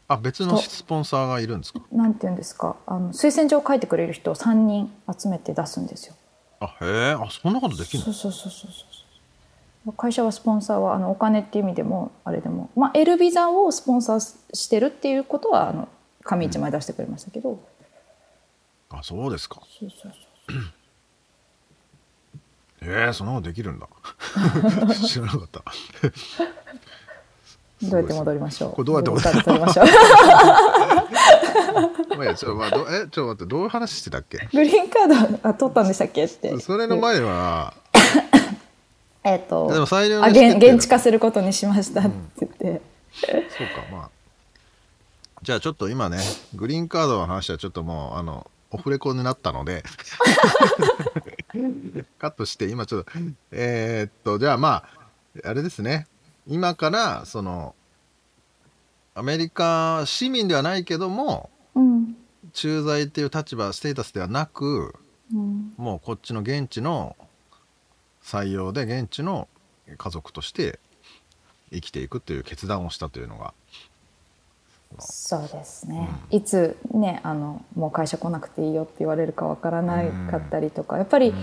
あ別のそうスポンサーがいるんですかなんて言うんですかあの推薦状を書いてくれる人を三人集めて出すんですよ。あへえあそんなことできるそうそうそうそうそう。会社はスポンサーはあのお金っていう意味でもあれでも、まあ、L ビザをスポンサーしてるっていうことはあの紙一枚出してくれましたけど、あそうですかそうそうそうえー、そんなことできるんだ 知らなかった どうやって戻りましょうこれどうやって戻るどうやって戻りましょう まあいいやちょ,、まあ、どえちょっと待ってどういう話してたっ けグリーンカードあ取ったんでしたっけってそれの前はえっ、とでも最良のあ意思決現定だ現地化することにしましたって言って、そうかまあじゃあちょっと今ねグリーンカードの話はちょっともうあのオフレコになったのでカットして今ちょっとえーっとじゃあまああれですね今からそのアメリカ市民ではないけどもうん駐在っていう立場ステータスではなくうんもうこっちの現地の採用で現地の家族として生きていくという決断をしたというのがそうですね、いつねあのもう会社来なくていいよって言われるかわからないかったりとか、やっぱり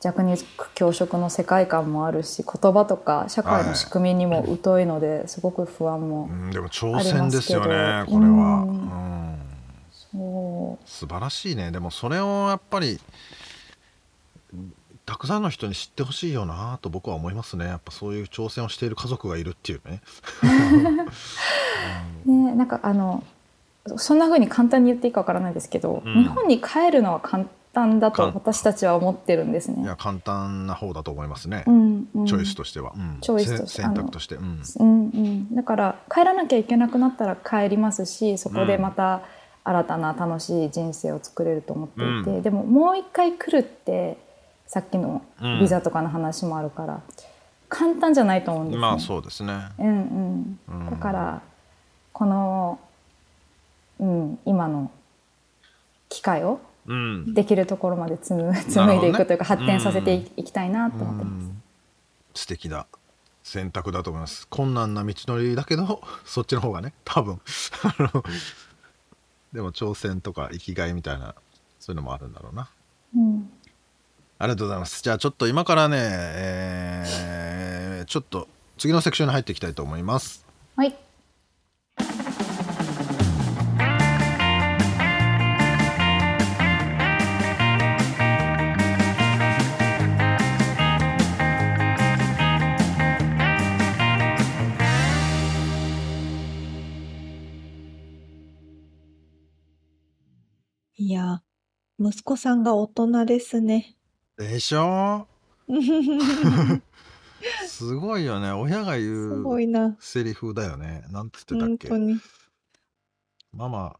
弱肉強食の世界観もあるし言葉とか社会の仕組みにも疎いので、すごく不安もう、んでも挑戦ですよねありますけどこれは、うんうんそ素晴らしいねでもそれをやっぱりたくさんの人に知ってほしいよなと僕は思いますねやっぱそういう挑戦をしている家族がいるっていうねうねなんかあのそんな風に簡単に言っていいかわからないですけど、うん日本に帰るのは簡単だと簡私たちは思ってるんですいねや。簡単な方だと思いますね、うんうんチョイスとしては、うんチョイスとしてせ選択としてうんうんうん、だから帰らなきゃいけなくなったら帰りますしそこでまた新たな楽しい人生を作れると思っていて、うでももう一回来るってさっきのうんビザとかの話もあるから、簡単じゃないと思うんですねまあそうですねうんううんん、だからこの、うん、今の機会をうんできるところまで紡紡いでいくというか、なるほどね発展させていいきたいなと思ってうます。ん素敵な選択だと思います困難な道のりだけど そっちの方がね多分 あのでも挑戦とか生きがいみたいなそういうのもあるんだろうなうんありがとうございます。じゃあちょっと今からね、えーちょっと次のセクションに入っていきたいと思います。はいいや、息子さんが大人です ね。でしょすすごいよね。親が言ごういな。セリフだよね。なんて言って本たっ当けに。ママ、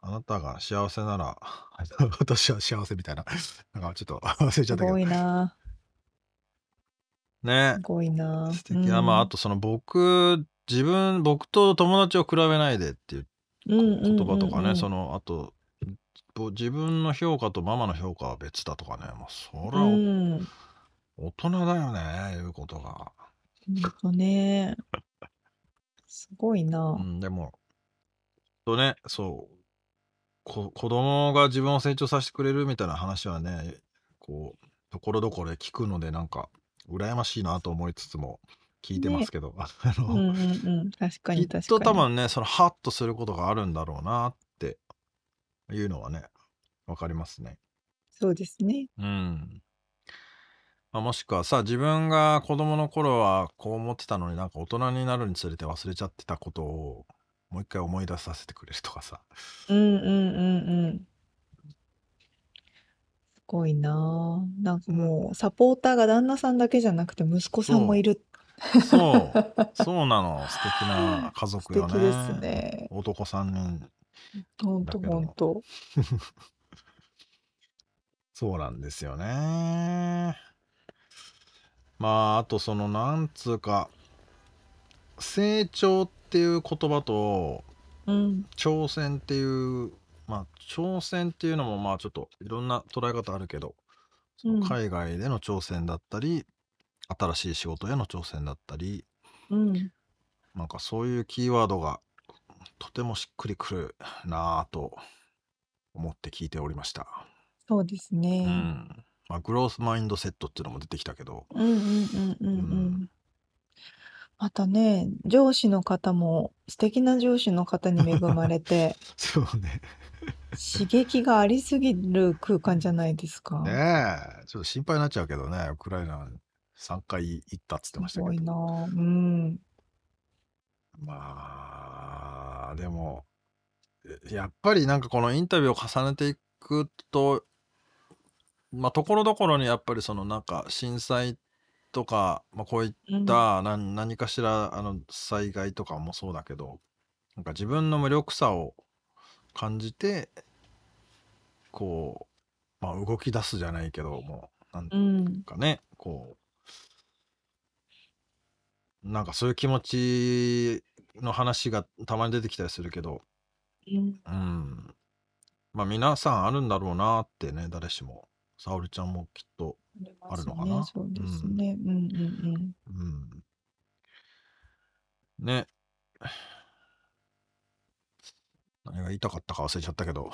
あなたが幸せなら、 私は幸せみたいな。 なんかちょっと忘れちすゃったけどご。いな。ねす。ごいな。素敵な。まああとその僕、自分、僕と友達を比べないでっていううん、うんうん言うん葉とかね、その、あと、ぼ自分の評価とママの評価は別だとかね、もうそれはうおん。本大人だよねいうことが、当ね。すごいうな。ん、でもとねそうこ子供が自分を成長させてくれるみたいな話はねこうところどころで聞くのでなんか羨ましいなと思いつつも聞いてますけど、 あうんの、うんうん。確かきにっ確とかに。多分ねそのハッとすることがあるんだろうなっていうのはねわかりますね。そうですね。うん。まあ、もしくはさ、自分が子供の頃はこう思ってたのになんか大人になるにつれて忘れちゃってたことをもう一回思い出させてくれると かさ。うんうんうんうん。すごいな。なんかもう、サポーターが旦那さんだけじゃなくて、息子さんもいる。そう、そうなの。素敵な素家族よ敵ですね。ね。男3人。本当だけど本当。そうなんですよね。まあ、あとその、なんつうか、成長っていう言葉と、うん。挑戦っていうまあ挑戦っていうのもまあちょっといろんな捉え方あるけどそのうん海外での挑戦だったり、新しい仕事への挑戦だったりうん。なんかそういうキーワードがとてもしっくりくるなぁと思って聞いておりました。そうですうね。んまあ、グロースマインドセットっていうのも出てきたけど、うんうんうんうんう。うんまたね、上司の方も素敵な上司の方に恵まれ てそうね。刺激がありすぎる空間じゃないですか。ねえ、ちょっと心配になっちゃうけどね、ウクライナ3回行ったっつってましすたけごどい。なあ。うん。まあでもえやっぱりなんかこのインタビューを重ねていくとまあところどころにやっぱりそのなんか震災とか、まあ、こういっうん。た何何かしらあの災害とかもそうだけどなんか自分の無力さを感じてこう、まあ、動き出すじゃないけどもうなんうん。かねこうなんかそういう気持ちの話がたまに出てきたりするけどうんうんまあ皆さんあるんだろうなってね誰しも沙織ちゃんもきっとあるのかなありますよねそうですね。うんうんうん。うんね。何が言いたかったか忘れちゃったけど。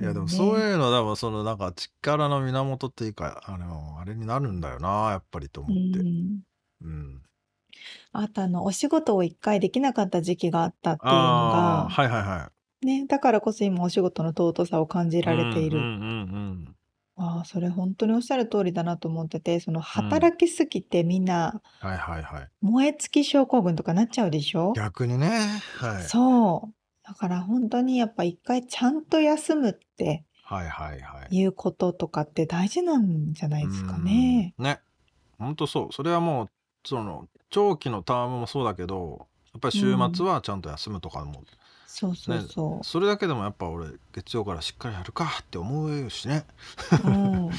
いやでもそういうのは多分そのなんか力の源っていうかあのあれになるんだよなやっぱりと思うって。 んうん。あとあのお仕事を一回できなかった時期があったっていうのああが、はいはいはね、だからこそ今お仕事の尊さを感じい。られている。うんうんああ、それ本当におっしゃる通りだなと思ってて、その働きすぎてみんなうん。はいはいはい。燃え尽き症候群とかなっちゃうでしょ逆にね。はい。そう。だから本当にやっぱ一回ちゃんと休むってはいはいはい。いうこととかって大事なんじゃないですかね。うん。ね。ほんとそう。それはもうその長期のタームもそうだけどやっぱり週末はちゃんと休むとかも、そうそうねそそれだけでもやっぱ俺月曜からしっかりやるかって思うしね。う。うん。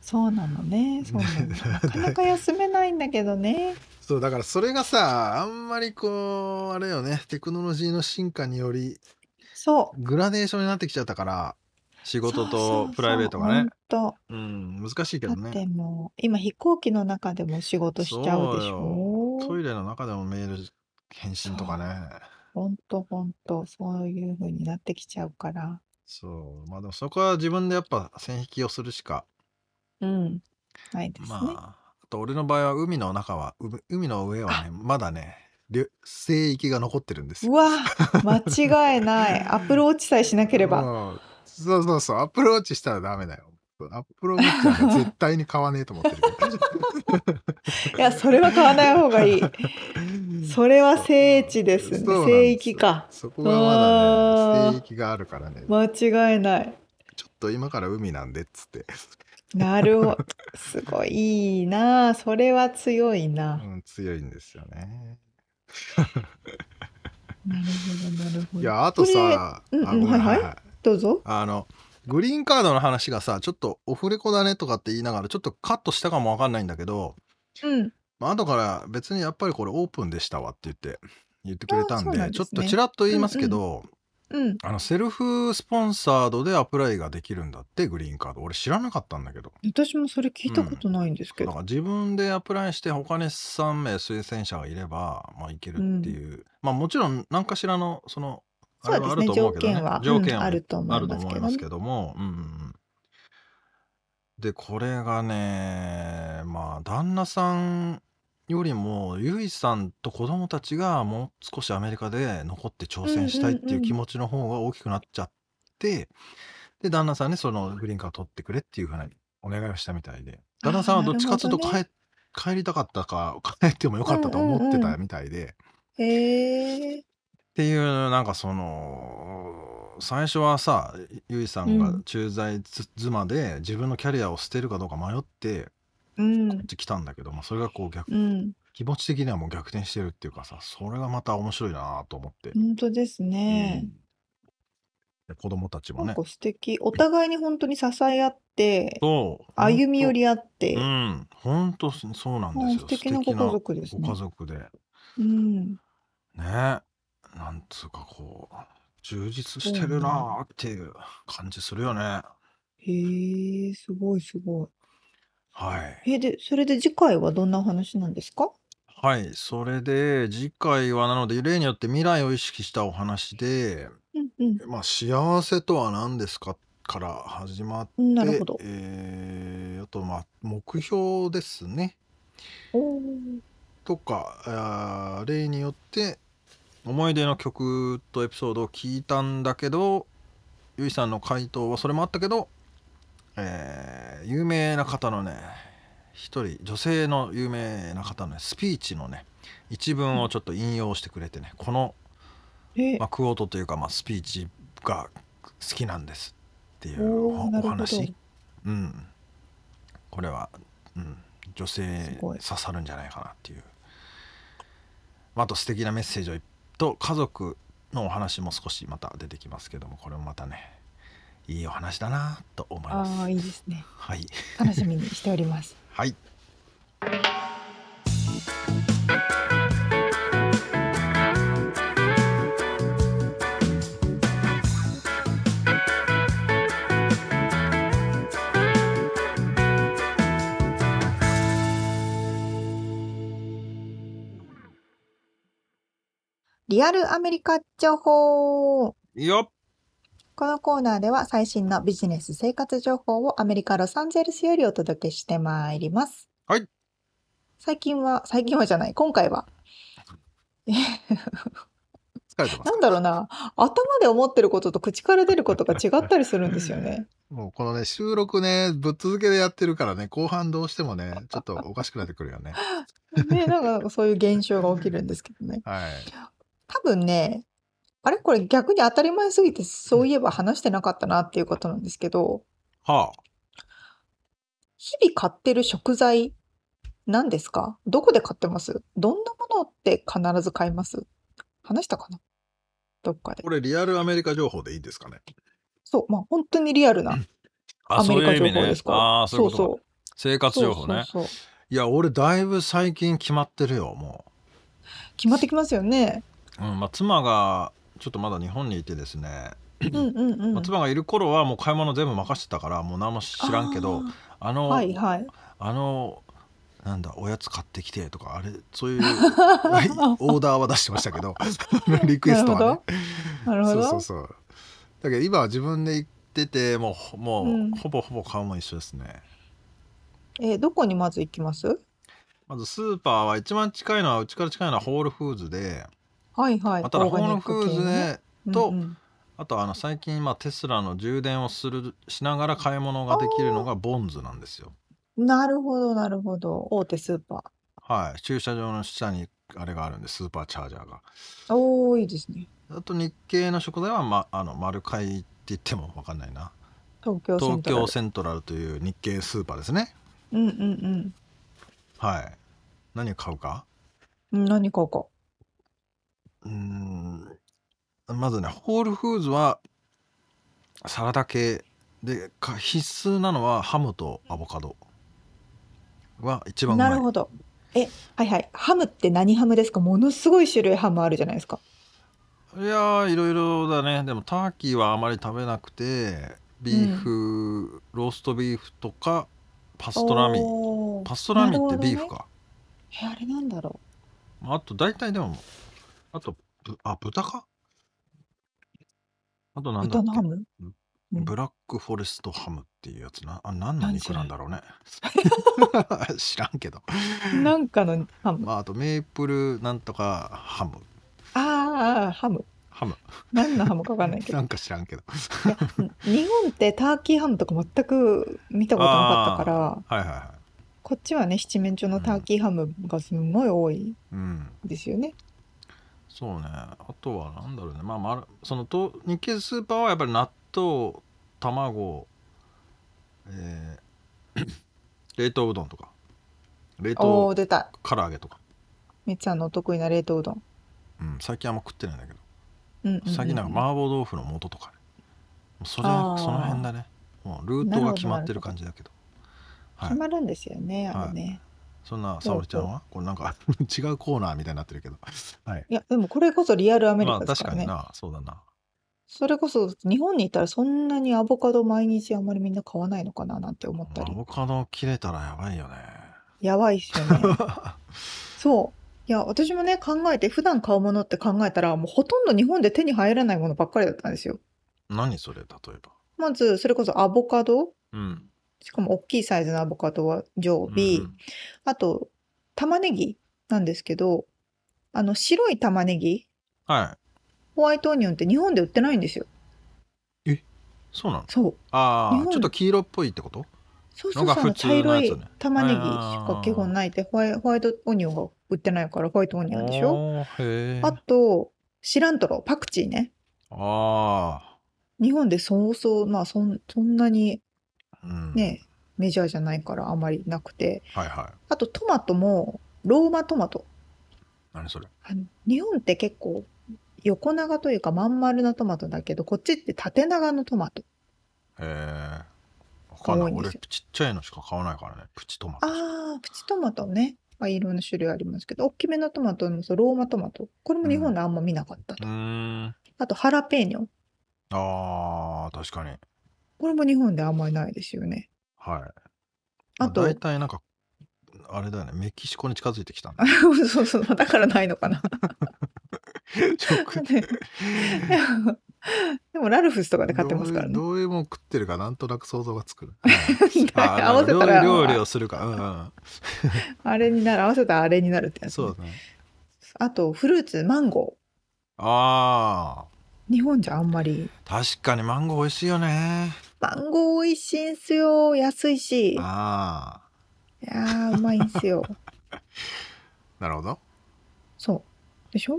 そうなの ね。そうなの。なかなか休めないんだけどね。そうだからそれがさあんまりこうあれよねテクノロジーの進化によりそう。グラデーションになってきちゃったから仕事とプライベートがね本うん難しいけ当。だどってねもう今飛行機の中でも仕事しちゃうでしょ。トイレの中でもメール返信とかね本当本当そういう風になってきちゃうから。そうまあでもそこは自分でやっぱ線引きをするしかうん。ないですね。まああと俺の場合は海の中はう海の上はねまだねりょ聖域が残ってるんですようわ、間違い ない。アプローチさえしなければ。うんそうそうそう、アプローチしたらダメだよ。アップローチしたら絶対に買わねえと思ってる けいど。や、それは買わない方がいい。 それは聖地ですねそうなん。聖域か。そこがまだあね、ー聖域があるからね、間違いない。ちょっと今から海なんでっつって、なるほど。すごいいいなあ。それは強いうな。ん、強いんですよね。なるほど、なるほど。いや、あとさ、これうんうんあごめんはいはいはいどうぞ。あの、グリーンカードの話がさ、ちょっとオフレコだねとかって言いながら、ちょっとカットしたかもわかんないんだけど、うん。まあ後から別にやっぱりこれオープンでしたわって言って言ってくれたんであそうなんですちょねっとちらっと言いますけど、うん。あのセルフスポンサードでアプライができるんだってグリーンカード俺知らなかったんだけど私もそれ聞いたことないんですけだかど。ら自分でアプライして他に3名推薦者がいれば、まあ、いけるっていう、まあもちろん何かしらのそのあそれうではあするね。と思条うけどね件は、条う件んはあると思あいるとます思いけまどすね。けども、うんうんうんでこれがねまあ旦那さんよりもゆいさんと子供たちがもう少しアメリカで残って挑戦したいってんいううんうん気持ちの方が大きくなっちゃって、で旦那さんにそのグリーンカー取ってくれっていうふうなお願いをしたみたいであー旦那さんはどっちかというとなる帰,、ほど帰りたかったか帰ってもよかったと思ってたみたいで、っへえ。ていうなんかその最初はさゆいさんが駐在つ妻で自分のキャリアを捨てるかどうか迷ってうん。来たんだけど、まあ、それがこう逆うん。気持ち的にはもう逆転してるっていうかさそれがまた面白いなと思って、本当ですね。うん子供たちもなんねか素敵。お互いに本当に支え合って、そう歩み寄り合っうて、ん本当そうなんですうよん素敵なご家族ですごね家。族でねうん、なんつうかこう充実してるなーっていう感じするよねへえ、すごいすごはいい。え、で、それで次回はどんなお話なんですかはいそれで次回はなので例によって未来を意識したお話でうんうん。まあ幸せとは何ですかから始まっうんてなるほど。えーあとまあ目標ですねおーとかあー例によって思い出の曲とエピソードを聞いたんだけどゆいさんの回答はそれもあったけど、えー有名な方のね一人女性の有名な方のねスピーチのね一文をちょっと引用してくれてねこの、え、まあ、クオートというか、まあ、スピーチが好きなんですっていうおおーなるほおど。話、うん、これは、うん、女性すごい刺さるんじゃないかなっていうまああと素敵なメッセージをいと家族のお話も少しまた出てきますけどもこれもまたねいいお話だなと思いまああ、す。いいですね。はい、楽しみにしております。はい リアルアメリカ情報よっこのコーナーでは最新のビジネス生活情報をアメリカ・ロサンゼルスよりお届けしてまいります。はい。最近は、最近はじゃない、今回は。疲れてますなんだろうな、頭で思ってることと口から出ることが違ったりするんですよ ね。もうこのね、収録ね、ぶっ続けでやってるからね、後半どうしてもね、ちょっとおかしくなってくるよね。ね、なんかそういう現象が起きるんですけどね。はい。多分ね、あれこれ逆に当たり前すぎて、そういえば話してなかったなっていうことなんですけど、はあ。日々買ってる食材、何ですかどこで買ってますどんなものって必ず買います話したかなどっかでこ。れリアルアメリカ情報でいいですかね。そう、まあ本当にリアルなアメリカ情報ですから。ああ、そういうことかそう生活そう情報ね。そうそうそういや、俺だいぶ最近決まってるよ、も決まってきますよね。う。うん、まあ妻が、ちょっとまだ日本にいてですね、うんうんうん。まあ妻がいる頃はもう買い物全部任せてたから、もう何も知らんけど、ああー。の、はいはい。あの、なんだ、おやつ買ってきてとか、あれ、そ ういうオーダーは出してましたけど、リクエストはね。なるほど。そうそうそうだけど今は自分で行っててもうほもう、うんほぼほぼ買うもん一緒ですねえーどこにまず行きますまずスーパーは一番近いのはうちから近いのはホールフーズで、はいはい。まあただオーホガニールックフーズ系で、ねとうんうんあとあの最近まあテスラの充電をするしながら買い物ができるのがボンズなんですよなるほどなるほど。大手スーパはい駐車場の下にあれがあるんでスーパーチャージャーがー。おーいいですね。あと日系の食材は、ま、あの丸買いって言っても分かんないな東京セン東トラ京ル。セントラルという日系スーパーですねうんうんはい何買うかうん。何ここ。うーんまずねホールフーズはサラダ系でか必須なのはハムとアボカドは一番うまいなるほど。え、はいはい。ハムって何ハムですかものすごい種類ハムあるじゃないですか。いやーいろいろだねでもターキーはあまり食べなくてビーフ、ローストビーフとかパストラミおーパストラなミるっほてどねビーフか、え、あれなんだろまああと大体でもあとぶあ豚かあとう。なんだ豚っのけハムうんブラックフォレストハムっていうやつな。あ、何の何肉それなんだろうね。 知らんけど。なんかのハム。まあ、あとメープルなんとかハム。あーあー、ハム。ハム。何のハムかわかんないけどな。んか知らんけど。日本ってターキーハムとか全く見たことなかったからはいはいはこっちはね七面鳥のターキーハムがすんごい多いい。うん。ですよね。そうね。あとはなんだろうね。まあ、まるそのと日系スーパーはやっぱり納豆、卵、えー 冷凍うどんとか、冷おお凍ー出た唐揚げとか。みっちゃんのお得意な冷凍うどん。うん。最近あんま食ってないんだけど。うんうんうん最近なんか麻婆豆腐の素とかねもうそれあーその辺だねもうルートが決まってる感じだけどは決いまるんですよねはいあれね。そんな沙織ちゃんはこれなんか 違うコーナーみたいになってるけどはいいやでもこれこそリアルアメリまあカですか確からにね。なそうだなそれこそ日本にいたらそんなにアボカド毎日あんまりみんな買わないのかななんて思ったアりボカド切れたらやばいよねやばいっすよ ね。そう。いや私もね考えて普段買うものって考えたらもうほとんど日本で手に入らないものばっかりだったんですよ。何それ例えばまずそれこそアボカドうんしかも大きいサイズのアボカドは常備、うんあと玉ねぎなんですけどあの白い玉ねぎはホワイトオニオンって日本で売ってないんですよいそうなのそう日ああ本ちょっと黄色っぽいってことそうそうそうのが普通のあの茶やつ色ねい玉ねぎしあかー基本ないでホワイホワイトオニオンが売ってないからホワイトオニオンでしょおーへえあとシラントロパクチーねあ日本でそうそうまあそんそんなにあうんね、メジャーじゃないからあまりなくてはいはいあとトマトもローマトマト何それあの日本って結構横長というかまん丸なトマトだけどこっちって縦長のトマトへえわかんな多いいんで俺すよちっちゃいのしか買わないからねプチトマトああプチトマトね、まあ、いろんな種類ありますけど大きめのトマトのそうローマトマトこれも日本であんま見なかったうと、ーんあとハラペーニョあー確かにこれも日本であんまりないですよね はいあとま大体なんか あれだよねメキシコに近づいてきたねそうそうそうだからないのかな食でも でもラルフスとかで買ってますからね。どういうどういうもん食ってるかなんとなく想像が つく、ね、あー合わせたら料理料理をするか、うんうんあれになる合わせたらあれになるって やつ、そうだねあとフルーツマンゴあー日本じゃあんまりー確かにマンゴー美味しいよねマンゴー美味しいんすよ安いしいやあーうまいんす よあなるほどっそうでしょっ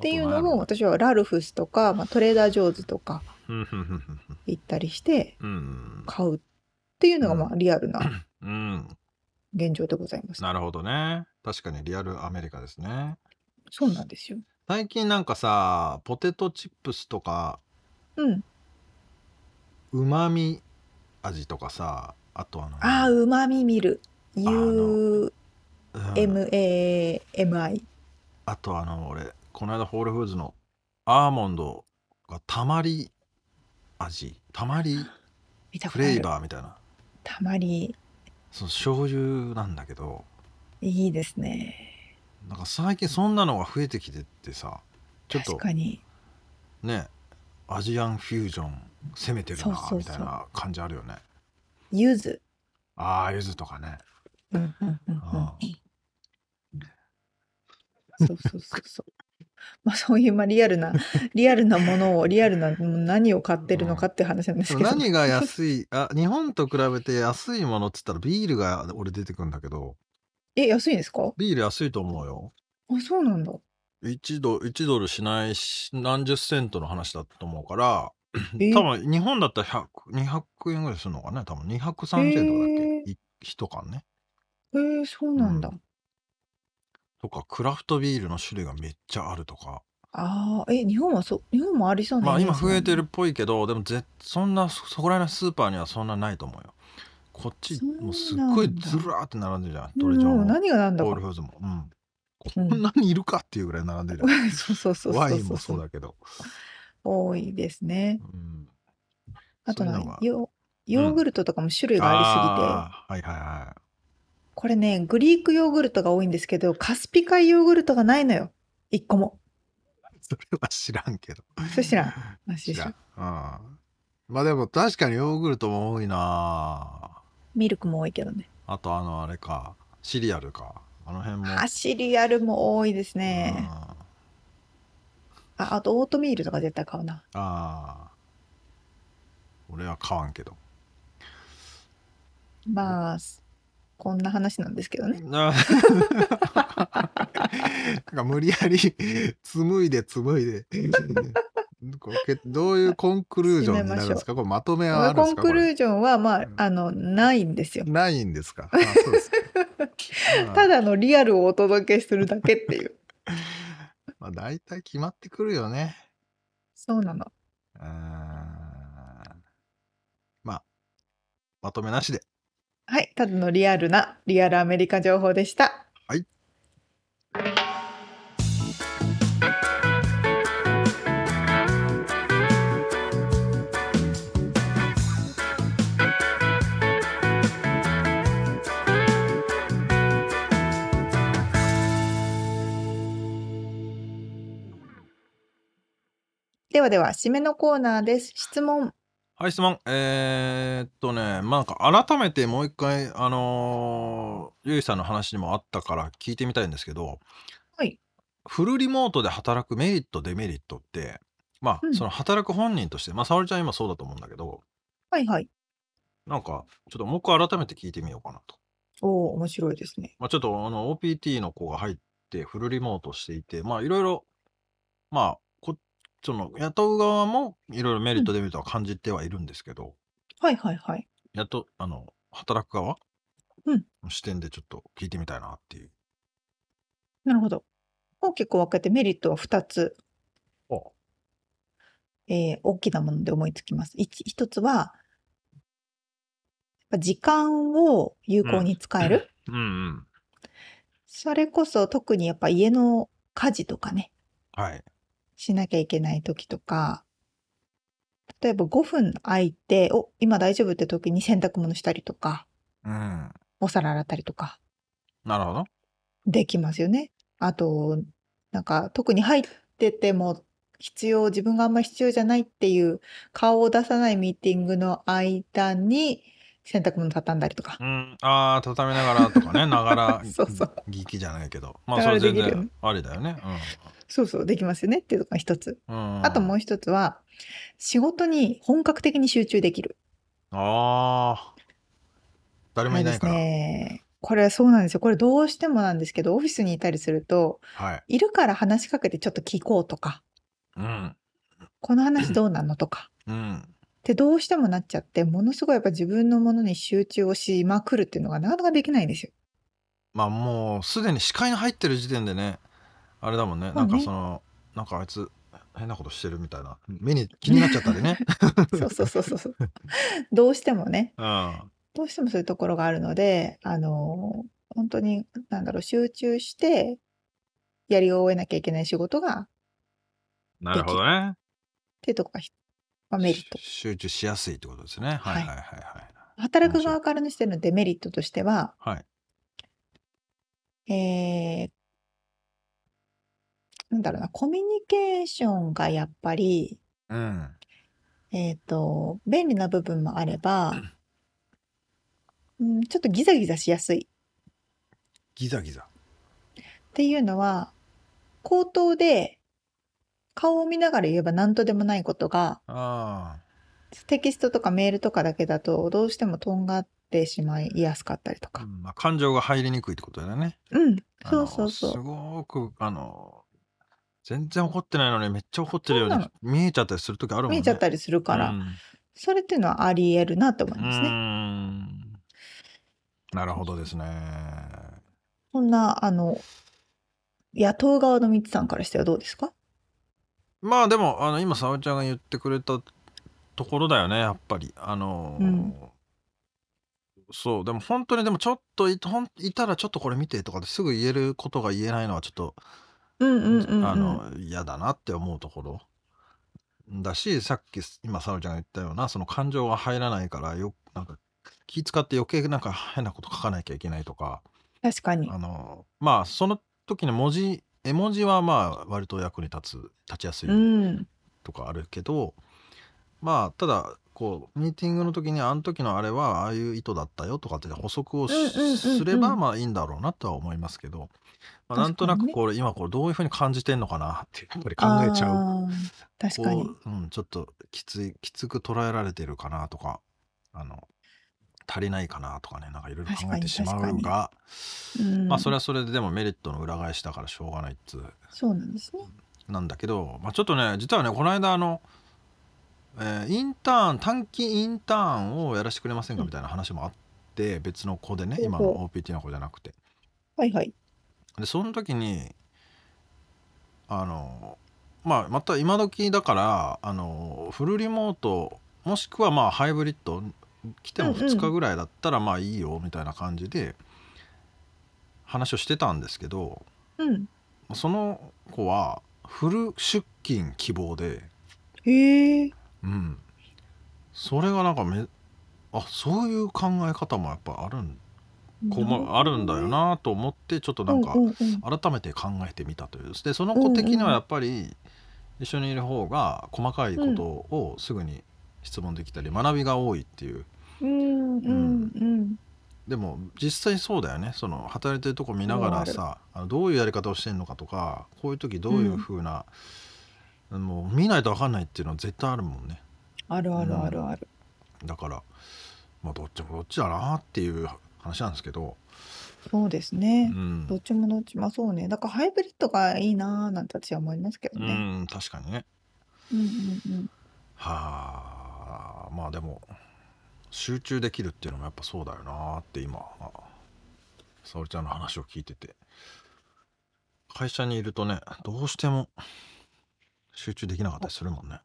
ていうのも私はラルフスとか、まあ、トレーダー・ジョーズとかうんうんうん行ったりしてうん買うっていうのがまあリアル なうんうん現状でございます、なるほどね確かにリアルアメリカですねそうなんですよ最近なんかさポテトチップスとかうんうまみ味とかさあとあのああうまみ見るうん UMAMI あとあの俺この間ホールフーズのアーモンドがたまり味たまり見たこフとあレーるバーみたいなたまりその醤油なんだけどいいですねなんか最近そんなのが増えてきてってさちょっ確とかにねアジアンフュージョン攻めてるそうなそうそうみたいな感じあるよね柚子ああゆずとかねうんうんうんうんあそうそうそうそう。 まあそういうまあリアルなリアルなものをリアルな何を買ってるのかっていう話なん ですけど。何が安いあ日本と比べて安いものっつったらビールが俺出てくるんだけどえ安いんですか？ビール安いと思うよあそうなんだ。 1ド1ドルしないし何十セントの話だと思うからえ多分日本だったら100 200円ぐらいするのかね多分230円とかだっけ、い一缶ねえー、そうなんだ。うとかクラフトビールの種類がめっちゃあるとかああえ日本はそう日本もありそうなまあイメー今ジ増えてるっぽいけどでもぜそんなそそこら辺のスーパーにはそんなないと思うよこっちそうなんだもうすっごいずらーって並んでるじゃんなどんれだ。じゃうんん、も何がなんだホーかル。フーズも、う、うんんこんなにいるかっていうぐらい並んでるじゃんそう そうそうそうそう。ワインもそうだけど、多いですね。うん、あとそういうなのがヨヨーグルトとかも種類がありすぎて、あーはいはいはこれねグリークヨーグルトが多いんですけどカスピ海ヨーグルトがないのよ一個も。いそれは知らんけどそした ら話で知しらん、うょん。、まあでも確かにヨーグルトも多いなミルクも多いけどね。あとあのあれかシリアルかあの辺もあ、シリアルも多いですね。うんあ、あとオートミールとか絶対買うな。ああ俺は買わんけどまあ、すこんな話なんですけどね。 ななんか無理やり紡いで紡いでこうけどういうコンクルージョンになるんですかこれまとめはあるんでコすンかクルこージョンは、まあうん、あの、ないんですよれ。ないんですかあそうですかただのリアルをお届けするだけって いう。まあ、大体決まってくるよねそうなの。うーんまあまとめなしではい、ただのリアルな、リアルアメリカ情報でした。はい。ではでは、締めのコーナーです。質問。はい、質問。えーっとね、まあ、なんか改めてもう一回、あのーゆいさんの話にもあったから聞いてみたいんですけど、はい。フルリモートで働くメリット、デメリットって、まあ、うんその働く本人として、まあ、沙織ちゃん今そうだと思うんだけど、はいはい。なんか、ちょっともう一回改めて聞いてみようかなと。おお、面白いですね。まあ、ちょっと、あの、OPT の子が入って、フルリモートしていて、まあ、いろいろ、まあ、こその、雇う側も、いろいろメリット、デメリットは感じてはいるんですけど、はいはいはい。やっと、あの、働く側うんの視点でちょっと聞いてみたいなっていう。なるほど。大きく分けてメリットは2つ。えー大きなもので思いつきます。一一つは、やっぱ時間を有効に使える。うんうん。それこそ特にやっぱ家の家事とかね、はい。しなきゃいけない時とか、例えば5分空いて、お、今大丈夫って時に洗濯物したりとか、うん。お皿洗ったりとかなるほど。できますよね。あと、なんか特に入っってても必要、自分があんま必要じゃないっていう顔を出さないミーティングの間に洗濯物畳んだりとかう。ん、ああ畳みながらとか ねながらそうそうぎきじゃないけどまあなそがれらでき全るよね然ありだよね、そうそう、できますよねっていうのが一つ。うんうん、あともう一つは、仕事に本格的に集中できる。ああ誰もいないからあはい、れですね。これそうなんですよ。これどうしてもなんですけど、オフィスにいたりすると、いるから話しかけてちょっと聞こうとか、うんこの話どうなのとか、うんってどうしてもなっちゃって、ものすごいやっぱ自分のものに集中をしまくるっていうのがなかなかできないんですよ。まあもうすでに視界に入ってる時点でねあれだもんねまあなんねかそのなんかあいつ変なことしてるみたいな目に気になっちゃったりね、そうそうそうそうそう。どうしてもね、 うん、どうしてもそういうところがあるので、あの、本当に、なんだろう、集中して、やり終えなきゃいけない仕事が、っなるほどねていうところがひ、まあ、メリット。集中しやすいってことですねはいはいはいはい働く側からしてのデメリットとしては、はいえー、なんだろうな、コミュニケーションがやっぱり、うんえっと、便利な部分もあれば、うん、ちょっとギザギザしやすいギザギザっていうのは、口頭で顔を見ながら言えば何とでもないことが、あテキストとかメールとかだけだと、どうしてもとんがってしまいやすかったりとあ、うか。んまあ、感情が入りにくいってことだよねうん、あそうのそうそすう。ごくあの全然怒ってないのにめっちゃ怒ってるようそうにな見えちゃったりする時あるもんね見えちゃったりするから、うんそれっていうのはあり得るなと思いますうね。ーんなるほどですねこんな、あの、野党側のミッツさんからしてはどうですかまあでもあの今沙織ちゃんが言ってくれたところだよねやっぱりあのーうんそうでも本当にでもちょっといほんいたらちょっとこれ見てとかですぐ言えることが言えないのはちょっとうんうんうん、うん。あの嫌だなって思うところだしさっき今沙織ちゃんが言ったようなその感情が入らないからよなんか気使って余計なんか変なこと書かなきゃいけないとか確かに。あのまあその時の文字絵文字はまあ割と役に立つ立ちやすいうん。とかあるけど、まあただこうミーティングの時にあの時のあれはああいう意図だったよとかって補足をしうんうんうんうんすればまあいいんだろうなとは思いますけど、まあ、なんとなく確かこれ今これどういうふうに感じてんのかなってやっぱり考えちゃう。あー確かにこ。う、うん、ちょっときついきつく捉えられてるかなとかあの足りないかなとかねなんかいろいろ考えてしまう確が、うんまあそれはそれででもメリットの裏返しだからしょうがないっつうそうなんですね。なんだけど、まあ、ちょっとね実はねこの間あの、えーインターン短期インターンをやらせてくれませんかみたいな話もあって別の子でね今ほの OPT の子じゃなくてはいはい。でその時にあのまあまた今時だからあのフルリモートもしくはまあハイブリッド来てもうんうん2日ぐらいだったらまあいいよみたいな感じで話をしてたんですけどうん。その子はフル出勤希望で、へえ。うん、それがなんかめあそういう考え方もやっぱあるんこうもあるんだよなと思ってちょっとなんかうううん改めて考えてみたというでその子的にはやっぱり一緒にいる方が細かいことをすぐに質問できたり学びが多いっていううんうんうんでも実際そうだよねその働いてるとこ見ながらさあのどういうやり方をしてるのかとかこういう時どういうふうな、もう見ないと分かんないっていうのは絶対あるもんねあるあるあるある。だから、まあ、どっちもどっちだなっていう話なんですけど、そうですうね。んどっちもどっちもそうね。だからハイブリッドがいいなーなんて私は思いますけどうね。ん、確かにねうんうんうん。はあまあでも集中できるっていうのもやっぱそうだよなって今あ沙織ちゃんの話を聞いてて会社にいるとねどうしても集中できなかったりするもんね。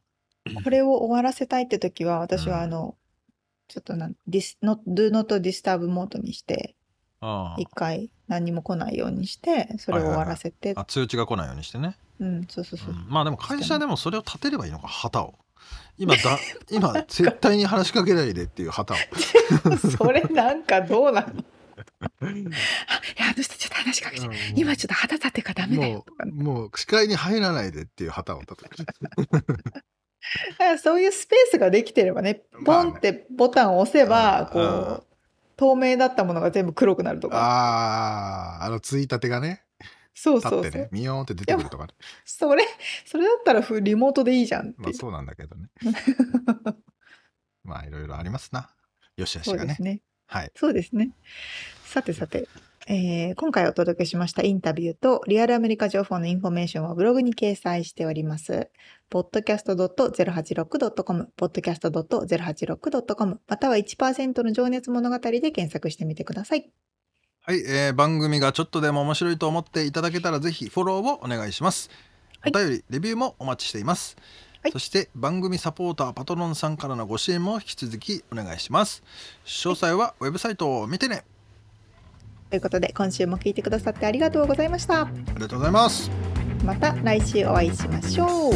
これを終わらせたいって時は、私はあの、ちょっとなん、ディス、not, do not disturb モードにして、あ一回何も来ないようにして、それを終わらせてあ、あ通知が来ないようにしてね、うん、そうそううそう。んまあでも会社でもそれを立てればいいのか旗を今だ 今絶対に話しかけないでっていう旗をそれなんかどうなのいや、あの人ちょっと話しかけて、うんもう今ちょっと肌立てがダメだよもとかねう、もう視界に入らないでっていう旗を立 てて。あそういうスペースができてればね、まポあねンってボタンを押せば、うんうこう、透明だったものが全部黒くなるとか。ああ、あのついたてがね、そう立そうってそうね。、ミヨーンって出てくるとかね。それ、それだったらふリモートでいいじゃんってまいあう。そうなんだけどね。まあいろいろありますな。よしあし そうがでねす。ね。はい。そうですね。さてさて、えー今回お届けしましたインタビューとリアルアメリカ情報のインフォメーションはブログに掲載しております。podcast.086.com、podcast.086.com、または1%の情熱物語で検索してみてください。はい、えー番組がちょっとでも面白いと思っていただけたらぜひフォローをお願いします。はおい便り、レビューもお待ちしています。はいそして番組サポーターパトロンさんからのご支援も引き続きお願いします。詳細はウェブサイトを見てね。ということで、今週も聞いてくださってありがとうございました。ありがとうございます。また来週お会いしましょう。